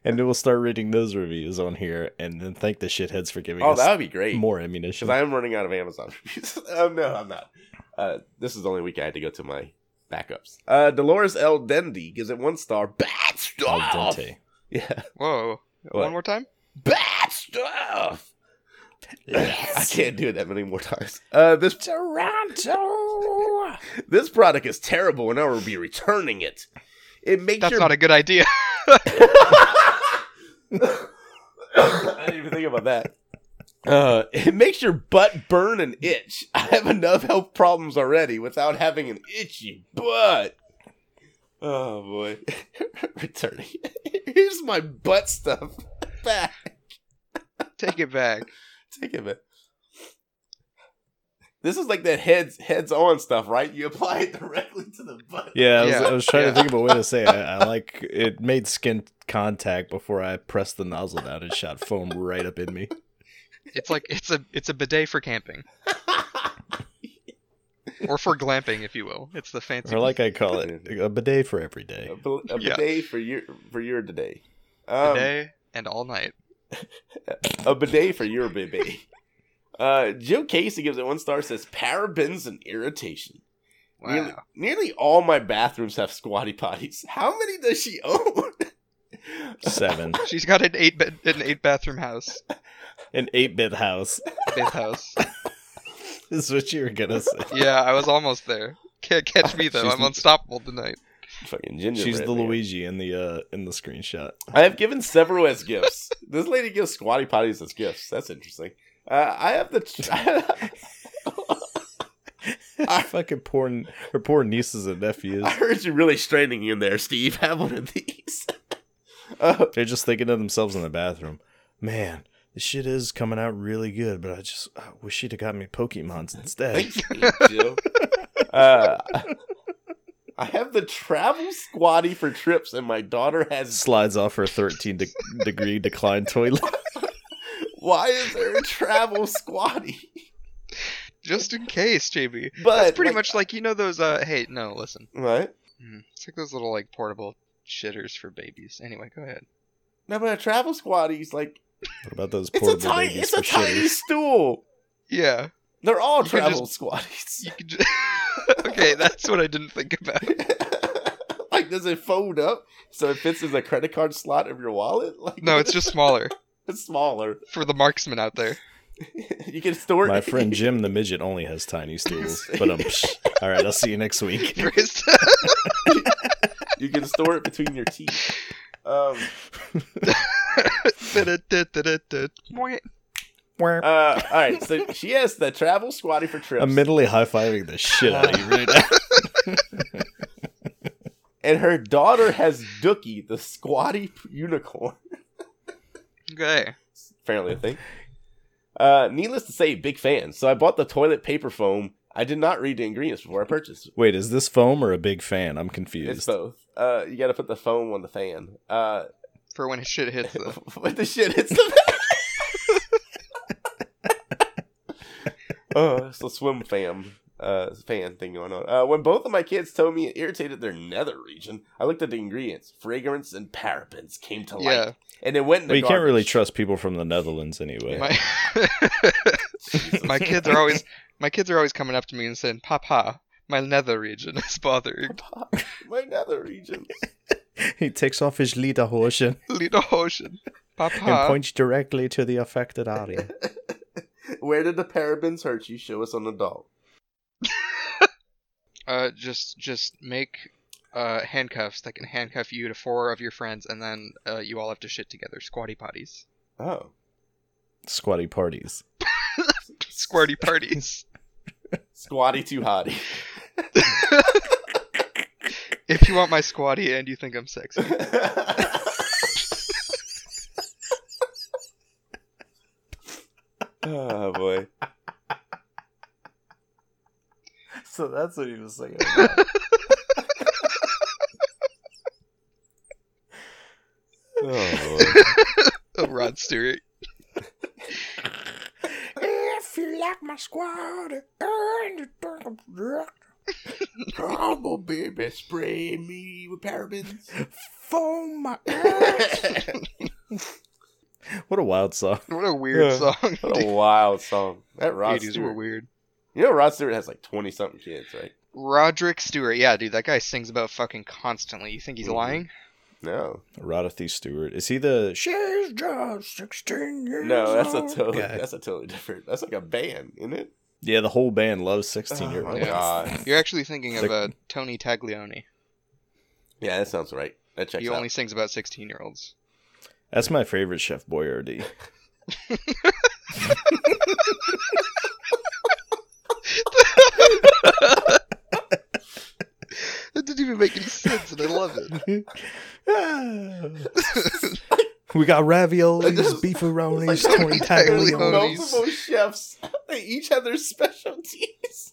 S3: and then we'll start reading those reviews on here and then thank the shitheads for giving
S2: Oh,
S3: us
S2: that would be great.
S3: more
S2: because
S3: ammunition.
S2: I am running out of Amazon reviews. <laughs> oh no, I'm not. Uh, this is the only week I had to go to my backups. Uh, Dolores El Dandy gives it one star. Bad
S3: Al
S2: stuff.
S3: dente.
S2: <laughs> Yeah,
S1: Whoa.
S2: What?
S1: One more time?
S2: bad stuff. I can't do it that many more times. Uh, this
S3: Toronto.
S2: <laughs> this product is terrible, and I will be returning it. It makes
S1: That's
S2: your
S1: not a good idea. <laughs>
S2: <laughs> I didn't even think about that. Uh, it makes your butt burn and itch. <laughs> I have enough health problems already without having an itchy butt. Oh boy, <laughs> returning. <laughs> Here's my butt stuff <laughs> back.
S1: Take it back.
S2: Take it back. This is like that heads heads on stuff, right? You apply it directly to the butt.
S3: Yeah, I was,
S1: Yeah.
S3: I was trying
S1: Yeah.
S3: to think of a way to say it. I, I like it made skin contact before I pressed the nozzle down and shot foam right up in me.
S1: It's like it's a it's a bidet for camping or for glamping, if you will. It's the fancy.
S3: Or like I call it, a bidet for every day.
S2: <laughs> a, bl- a
S1: Yeah.
S2: bidet for your for your today. Um,
S1: bidet and all night.
S2: a bidet for your baby. Uh, Joe Casey gives it one star. Says parabens and irritation.
S1: Wow.
S2: Nearly, nearly all my bathrooms have squatty potties. How many does she own? <laughs>
S3: Seven.
S1: She's got an eight bed, an eight bathroom house,
S3: An eight bit house <laughs>
S1: bath house.
S3: is what you were gonna
S2: <laughs>
S3: say.
S1: Yeah, I was almost there. Can't catch me though.
S2: She's-
S1: I'm unstoppable tonight.
S2: Fucking ginger.
S3: She's the Luigi in the uh in the screenshot.
S2: I have given several as gifts. this lady gives squatty potties as gifts. That's interesting. Uh, <laughs> I have the. <laughs>
S3: Fucking poor her poor nieces and nephews.
S2: I heard you really straining in there, Steve. <laughs> Have one of these. <laughs> uh,
S3: They're just thinking to themselves in the bathroom, man, this shit is coming out really good, but I just I wish she'd have got me Pokemons instead.
S2: Thanks, Jill. Uh, <laughs> I have the travel squatty for trips, and my daughter has.
S3: Slides off her 13 de- degree decline
S2: <laughs>
S3: toilet.
S2: Why is there a travel
S1: <laughs>
S2: squatty?
S1: Just in case, JB.
S2: But
S1: It's pretty
S2: like,
S1: much like you know those. Uh, hey, no, listen.
S2: right.
S1: Mm, It's like those little like portable shitters for babies. Anyway, go ahead.
S2: No, but a travel squatty's like
S3: What about those
S2: it's a
S3: portable
S2: tiny,
S3: babies
S2: it's
S3: for
S2: a tiny
S3: shitty?
S2: stool.
S1: Yeah.
S2: They're all
S1: You can
S2: travel squatties. <laughs>
S1: You could ju- <laughs> okay, that's what I didn't think about.
S2: like, does it fold up so it fits in the credit card slot of your wallet? Like,
S1: No, it's just smaller
S2: <laughs> it's smaller. <laughs>
S1: for the marksman out there.
S2: you can store
S3: My
S2: it. <laughs>
S3: friend Jim the midget only has tiny stools. But um, psh. all right, I'll see you next week.
S1: First-
S2: You can store it between your teeth. Um.
S1: Da-da-da-da-da-da. Mwah.
S2: Uh, all right, so she has the travel squatty for trips,
S3: I'm mentally high fiving the shit out of
S2: <laughs>
S3: you right now.
S2: and her daughter has Dookie, the squatty unicorn.
S1: <laughs>
S2: <laughs>
S1: okay.
S2: Apparently, a thing. Uh, needless to say, big fan. So I bought the toilet paper foam. I did not read the ingredients before I purchased.
S3: Wait, is this foam or a big fan? I'm
S2: It's
S3: confused.
S2: both. Uh, you got to put the foam on the fan. Uh, <laughs>
S1: For when his shit hits the
S2: what the shit? It's the. <laughs> oh, it's the swim fam. Uh, fan thing going on. Uh, when both of my kids told me it irritated their nether region, I looked at the ingredients. Fragrance and parabens came to light,
S1: yeah.
S2: and it went. In the
S3: Well, you can't really
S2: garbage.
S3: trust people from the Netherlands anyway.
S1: My <laughs> my kids are always my kids are always coming up to me and saying, "Papa, my nether region is bothering."
S2: my nether region.
S3: <laughs> he takes off his lederhosen
S1: Little ocean,
S3: and
S1: Papa.
S3: points directly to the affected area.
S2: Where did the parabens hurt you? Show us on the doll.
S1: Uh, just just make uh handcuffs that can handcuff you to four of your friends, and then uh, you all have to shit together. Squatty <laughs> potties,
S2: Oh,
S3: <laughs> Squatty parties.
S1: squirty parties.
S2: squatty too hotty.
S1: <laughs> if you want my squatty and you think I'm sexy,
S2: oh boy.
S3: So that's what he was saying.
S2: Oh
S1: oh, Rod <laughs> Stewart.
S3: if you like my squad, and
S2: Come on, baby, spray me with parabens.
S3: <laughs> foam my
S2: what
S3: <laughs> What a wild song.
S1: What a weird
S2: Yeah.
S1: song. <laughs>
S2: a wild song. That Rod
S1: Eighties were
S2: Stewart.
S1: weird.
S2: You know Rod Stewart has like twenty something kids, right?
S1: Roderick Stewart, yeah, dude, that guy sings about fucking constantly. You think he's
S2: Mhm.
S1: lying?
S2: No,
S3: Rodothy Stewart. Is he the She's just 16 years
S2: no, that's a
S3: old"?
S2: totally
S3: Yeah.
S2: that's a totally different. That's like a band, isn't it?
S3: Yeah, the whole band loves 16
S2: Oh
S3: year
S2: my
S3: olds.
S2: god.
S1: You're actually thinking of
S3: Sick.
S1: uh, Tony Taglioni.
S2: Yeah, that sounds right. That checks
S1: He
S2: out.
S1: only sings about 16 year olds.
S3: That's my favorite Chef <laughs> Boyardee.
S1: That didn't even make any sense, and I love it.
S3: we got raviolis,
S2: just-
S3: beefaronis,
S2: it's <laughs> like
S3: Tony
S1: Taglioni.
S3: Taglioni.
S2: multiple chefs. <laughs> They each have their specialties.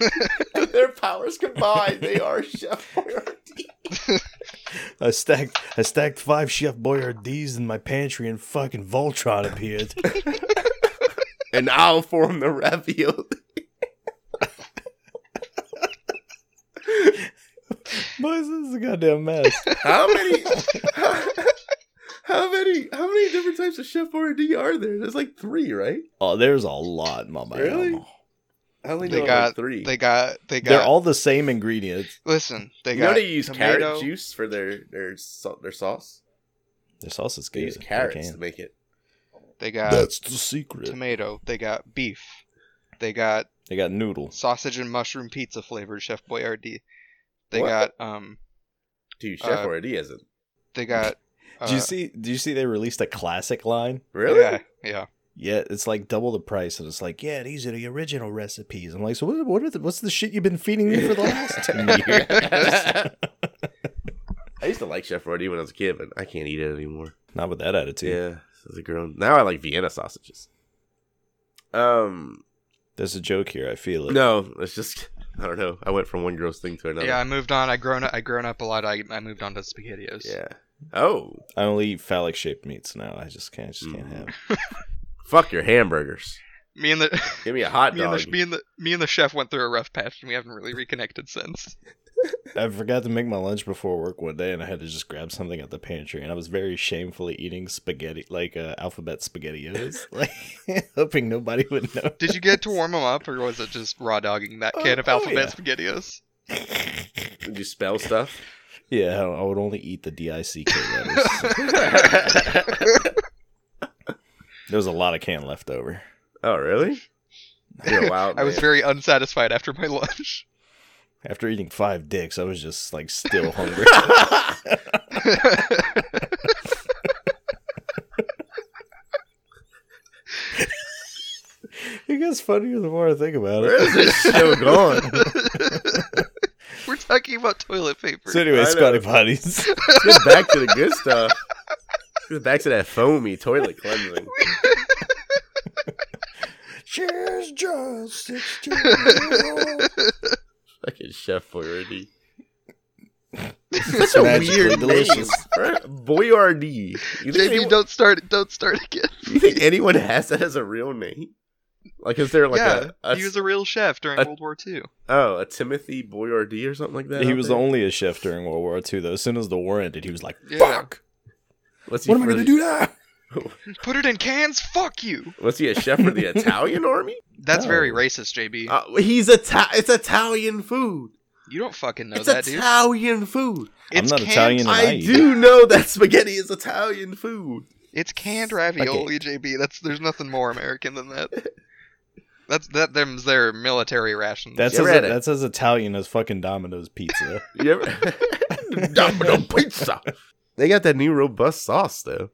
S2: <laughs> and their powers combined, they are <laughs> Chef Boyardee.
S3: I stacked I stacked five Chef Boyardees in my pantry, and fucking Voltron appeared.
S2: And I'll form the ravioli.
S3: Boys, this is a goddamn <laughs> mess.
S2: How many? <laughs> How, many? How many different types of Chef Boyardee are there? There's like three, right?
S3: Oh, there's a lot, mama.
S2: Really? I only
S1: They
S2: know
S1: got-
S2: like three.
S1: They got, they got.
S3: They're all the same ingredients.
S1: Listen, they
S2: you
S1: got.
S2: know they use
S1: tomato-
S2: carrot juice for their their sa- their sauce.
S3: Their sauce is
S2: They
S3: good.
S2: use
S3: I
S2: carrots to
S3: can't.
S2: make it.
S1: They got
S3: That's the secret.
S1: tomato. They got beef. They got
S3: They got noodles.
S1: sausage and mushroom pizza flavored Chef Boyardee. They
S2: What?
S1: got um.
S2: Dude, Chef
S1: Uh,
S2: Boyardee isn't
S1: They
S2: <laughs>
S1: got. Uh,
S3: do you see? Do you see? They released a classic line.
S2: really. <laughs>
S1: Yeah, yeah.
S3: Yeah, it's like double the price, and it's like, yeah, these are the original recipes. I'm like, so what? what are the, what's the shit you've been feeding me for
S1: <laughs>
S3: the
S2: <laughs>
S3: last ten years?
S2: I used to like Chef Boyardee when I was a kid, but I can't eat it anymore.
S3: Not with that attitude.
S2: Yeah, as a grown now I like Vienna sausages. Um,
S3: There's a joke here. I feel it.
S2: no, it's just <laughs> I don't know. I went from one gross thing to another.
S1: Yeah, I moved on. I grown up. I grown up a lot. I, I moved on to spaghettios.
S2: yeah. Oh,
S3: I only eat phallic shaped meats now. I just can't. Just can't
S2: Mm.
S3: have.
S2: fuck your hamburgers.
S1: Me and the <laughs>
S2: Give me a hot
S1: me and
S2: dog.
S1: the, me and the me and the chef went through a rough patch, and we haven't really reconnected since.
S3: I forgot to make my lunch before work one day, and I had to just grab something at the pantry, and I was very shamefully eating spaghetti, like uh, alphabet spaghettios, <laughs> like hoping nobody would know.
S1: Did you get to warm him up, or was it just raw dogging
S2: Uh,
S1: that can of
S3: Oh, oh,
S1: alphabet spaghettios?
S2: Did you spell stuff?
S3: Yeah, I I would only eat the D I C K <laughs> letters.
S2: <laughs>
S3: there was a lot of can left over.
S2: oh, really? You're a
S1: <laughs> <laughs>
S2: wild
S1: I was
S2: man.
S1: very unsatisfied after my <laughs> lunch.
S3: After eating five dicks, I was just like still <laughs> hungry. it gets funnier the more I think about
S2: Where
S3: it.
S1: <laughs>
S2: is this show going?
S1: We're talking about toilet paper.
S3: So anyway,
S2: I know.
S3: Scotty Potties.
S2: Let's get back to the good stuff. Let's Get back to that foamy toilet cleansing.
S3: She's just <laughs> 16
S2: Fucking Chef Boyardee.
S3: It's
S2: It's a
S3: magically
S2: weird
S3: delicious.
S2: name, right? Boyardee. You
S1: JB,
S2: think, anyone,
S1: don't start it. Don't start again.
S2: you think anyone has that as a real name? Like, is
S3: Oh
S2: there like
S1: yeah,
S2: a, a-
S1: he was a real chef during
S2: a-
S1: World War II.
S2: oh a Timothy Boyardee or something like that?
S3: He
S2: out
S3: was
S2: there?
S3: only a chef during World War II, though. As soon as the war ended, he was like,
S1: Yeah.
S3: "Fuck,
S2: What's he
S3: what am I
S2: for
S3: gonna
S2: the-
S3: do now?"
S1: Put it in cans. Fuck you.
S2: Was he a chef for the Italian army?
S1: That's
S3: No.
S1: very racist, JB.
S2: Uh, he's Ita- It's Italian food.
S1: you don't fucking know
S2: It's
S1: that, dude.
S2: Italian food.
S1: It's
S3: I'm not
S1: canned,
S3: Italian. and
S2: I,
S3: eat it.
S2: do know that spaghetti is Italian food.
S1: It's canned ravioli, JB. That's there's nothing more American than that. That's that them's their military rations.
S3: That's
S2: You
S3: as,
S2: read it.
S3: that's as Italian as fucking Domino's <laughs> pizza.
S2: You ever? Domino pizza. They got that new robust sauce though.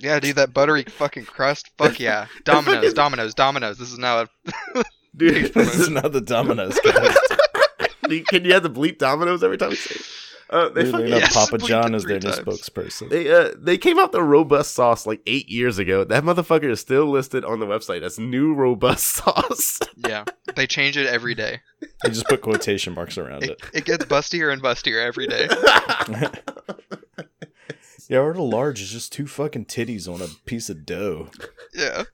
S1: yeah, dude, that buttery fucking crust. Fuck
S3: <laughs>
S1: yeah, Domino's,
S2: fucking-
S1: Domino's, Domino's. This is now.
S2: <laughs> Dude,
S3: this is not the Domino's. Guys.
S2: You- Can you have to bleep Domino's every time we say? it? Uh, they
S3: Weirdly
S2: fucking, <laughs>
S3: enough,
S1: Yes,
S3: Papa
S1: bleeped
S3: John
S1: it
S3: is their
S1: three
S3: new
S1: times.
S3: spokesperson.
S2: they uh, they came out the robust sauce like eight years ago. That motherfucker is still listed on the website as new robust <laughs> sauce.
S1: A, yeah, they change it every day.
S3: They just put quotation marks around
S1: It,
S3: it. <laughs>
S1: it gets bustier and bustier every day.
S3: Yeah, order large is just two fucking titties on a piece of dough.
S1: Yeah.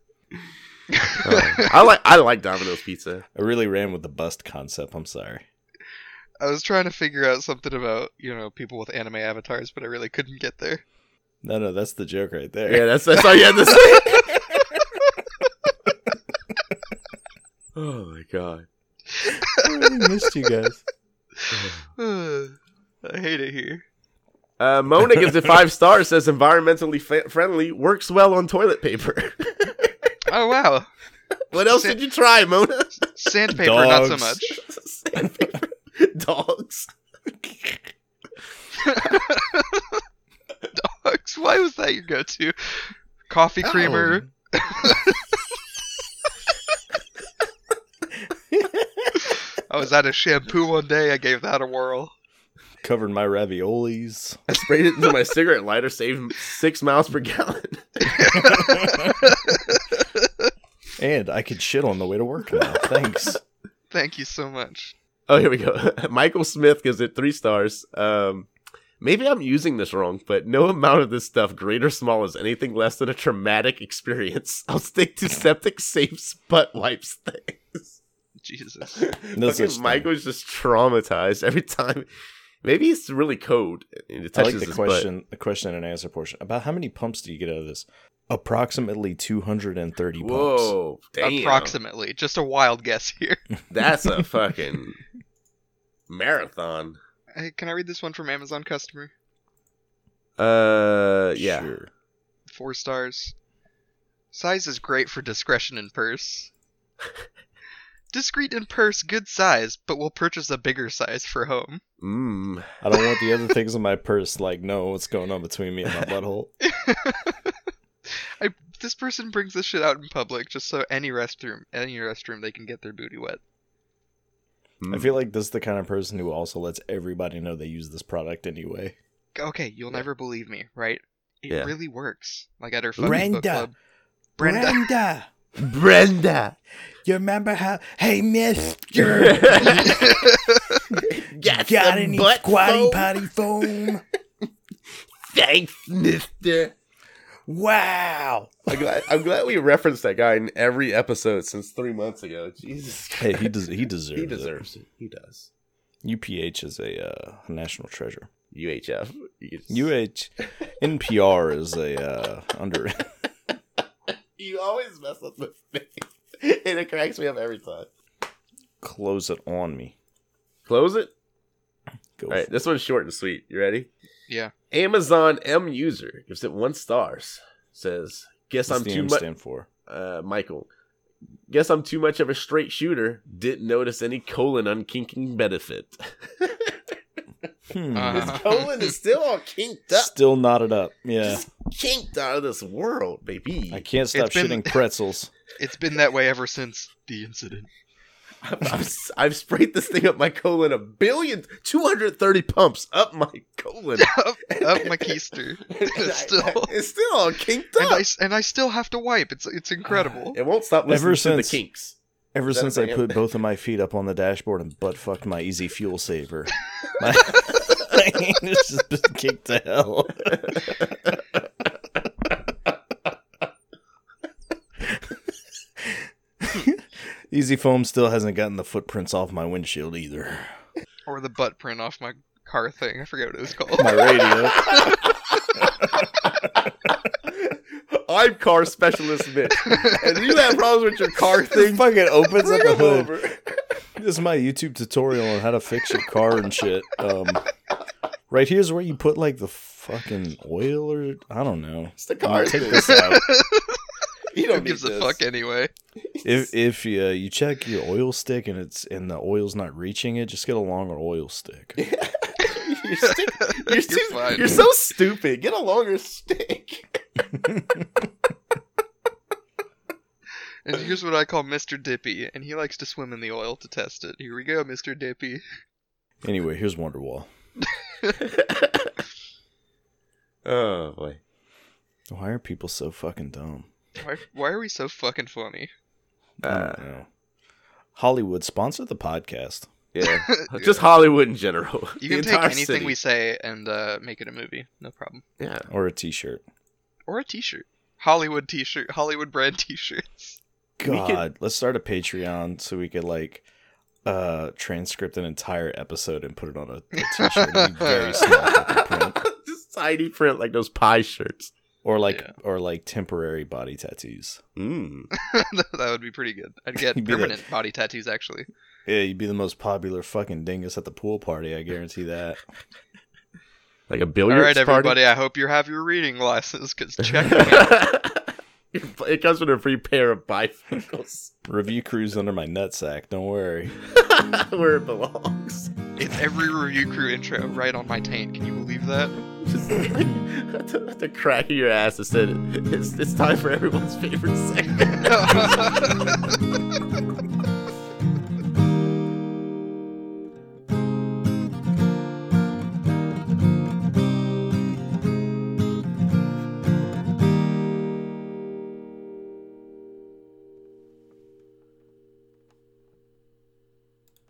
S2: I like I like Domino's pizza.
S3: I really ran with the bust concept. I'm sorry.
S1: I was trying to figure out something about you know people with anime avatars, but I really couldn't get there. <sighs>
S3: No, no, that's the joke right there.
S2: Yeah, that's that's all you had to say. <laughs> oh my god.
S3: I really missed you guys.
S1: I hate it here.
S2: Uh, Mona gives it five stars. Says environmentally fa- friendly. Works well on toilet paper. <laughs>
S1: Oh wow,
S2: what else did you try, Mona? <laughs>
S1: sandpaper not so
S3: Dogs.
S1: much.
S2: Sandpaper. Dogs.
S1: Dogs. Why was that your go-to? Coffee creamer. I was out of shampoo one day. I gave that a whirl.
S3: Covered my raviolis.
S2: I sprayed it into my cigarette lighter, saving six miles per gallon.
S3: And I could shit on the way to
S2: <laughs>
S3: work now. Thanks.
S1: Thank you so much.
S2: Oh, here we go. <laughs> Michael Smith gives it three stars. Um, maybe I'm using this wrong, but no amount of this stuff, great or small, is anything less than a traumatic experience. <laughs> I'll stick to septic safe butt wipes thing.
S1: Jesus.
S3: No such
S2: Fucking
S3: thing.
S2: Michael's just traumatized every time. Maybe it's really cold. And it
S3: I
S2: touches
S3: like the
S2: his butt.
S3: question, the question and answer portion. About how many pumps do you get out of this? Approximately 230 pumps.
S2: Whoa, damn.
S1: <laughs> Approximately. Just a wild guess here.
S2: That's a fucking marathon.
S1: Hey, can I read this one from Amazon customer?
S2: Uh, yeah.
S3: Sure.
S1: Four stars. Size is great for discretion in purse. Discreet in purse, good size, but will purchase a bigger size for home.
S2: Mm.
S3: I don't want the other things in my purse. Like, no, what's going on between me and my butthole?
S1: I, this person brings this shit out in public just so any restroom, any restroom, they can get their booty wet.
S2: Hmm?
S3: I feel like this is the kind of person who also lets everybody know they use this product anyway.
S1: Okay, you'll never believe me, right? It
S2: Yeah.
S1: really works. Like at her fucking
S3: Brenda.
S1: book club. Brenda.
S3: Brenda,
S2: <laughs> Brenda.
S3: you remember how?
S2: <laughs>
S3: Hey, Mister,
S2: got, foam? <laughs>
S3: foam?
S2: Thanks, mister.
S3: Wow.
S2: I'm glad, I'm glad we referenced that guy in every episode since three months ago. Jesus
S3: Hey, he
S2: Christ.
S3: does. He deserves.
S2: He deserves it. He does.
S3: It. UPH is a uh, national treasure.
S2: UHF. You just-
S3: UH, NPR is a uh, under. <laughs>
S2: You always mess up the thing. <laughs> And it cracks me up every time.
S3: Close it on me.
S2: Close it.
S3: Go
S2: All right,
S3: for
S2: this one's short and sweet. You ready?
S1: Yeah.
S2: Amazon M user gives it one stars. Says, "Guess
S3: it. What's
S2: I'm
S3: the
S2: too
S3: M
S2: much."
S3: stand for?
S2: Uh, Michael, guess I'm too much of a straight shooter. Didn't notice any colon
S1: <laughs>
S2: unkinking benefit.
S3: Hmm.
S1: Uh-huh.
S2: His colon is still all kinked up,
S3: Still knotted up. Yeah,
S2: just kinked out of this world, baby.
S3: I can't stop
S1: It's been-
S3: shitting pretzels.
S1: It's been that way ever since the incident.
S2: <laughs> I've, I've, I've sprayed this thing up my colon a billion, two hundred thirty pumps up my
S1: <laughs>
S2: colon.
S1: up, up my keister.
S2: And I-
S1: Still.
S2: it's still all kinked
S1: And
S2: up.
S1: I, s- and I still have to wipe. It's it's incredible.
S2: It won't stop listening
S3: Ever
S2: to the
S3: since-
S2: kinks.
S3: Ever
S2: That
S3: since I
S2: man-
S3: put both of my feet up on the dashboard and butt fucked my Easy Fuel Saver, my <laughs> my anus has been kicked to hell. <laughs> Easy Foam still hasn't gotten the footprints off my windshield either.
S1: Or the butt print off my car thing. I forget what it was
S2: <laughs>
S1: called.
S3: My <laughs> radio.
S2: I'm car specialist Mitch, and you have problems with your car thing.
S3: thing fucking opens
S2: Bring
S3: up the
S2: 'em
S3: hood.
S2: over.
S3: This is my YouTube tutorial on how to fix your car and shit. Um, right here's where you put like the fucking oil or I don't know.
S2: It's the
S3: I'm gonna
S2: car <laughs>
S3: take
S2: thing.
S3: this out.
S2: You
S1: Who
S2: don't
S1: gives
S2: need
S1: a
S2: this.
S1: fuck anyway?
S3: If if uh, you check your oil stick and it's and the oil's not reaching it, just get a longer oil stick.
S2: <laughs> you're, stu- you're,
S1: <laughs> You're
S2: stu-
S1: fine.
S2: you're so stupid. Get a
S1: <laughs>
S2: longer stick.
S1: And here's what I call Mr. Dippy, and he likes to swim in the oil to test it. Here we go, Mr. Dippy.
S3: Anyway, here's Wonderwall.
S2: oh boy.
S3: Why are people so fucking dumb?
S1: Why, why are we so fucking funny? <laughs>
S3: I don't know. Hollywood sponsor the podcast.
S2: yeah. <laughs> Just Hollywood in general.
S1: You
S2: The
S1: can take
S2: entire
S1: anything
S2: city. <laughs>
S1: we say and uh, make it a movie. No problem.
S2: Yeah.
S3: Or a t-shirt.
S1: Or a t shirt. Hollywood t shirt. Hollywood brand t
S2: <laughs>
S1: shirts.
S2: We could-
S3: God, let's start a Patreon so we could like uh transcript an entire episode and put it on a, a t-shirt. It'd
S1: <laughs>
S3: be very small fucking print.
S2: Just tiny print like those pie shirts.
S3: Or like
S1: Yeah.
S3: or like temporary body tattoos.
S2: Mm.
S1: that that would be pretty good. I'd
S2: <laughs>
S1: get
S3: You'd be like-
S1: permanent body tattoos, actually.
S3: Yeah, you'd be the most popular fucking dingus at the pool party. I guarantee that.
S2: Like a
S1: All
S2: billiards
S1: right,
S2: party. <laughs>
S1: everybody. I hope you have your reading glasses because check.
S2: it comes with a free pair of bifocals <laughs>
S3: Review crews under my nutsack. Don't worry.
S2: where it belongs.
S1: it's every review crew intro right on my taint. Can you believe that?
S2: Just <laughs> the, the crack of your ass is that it's, it's time for everyone's favorite segment.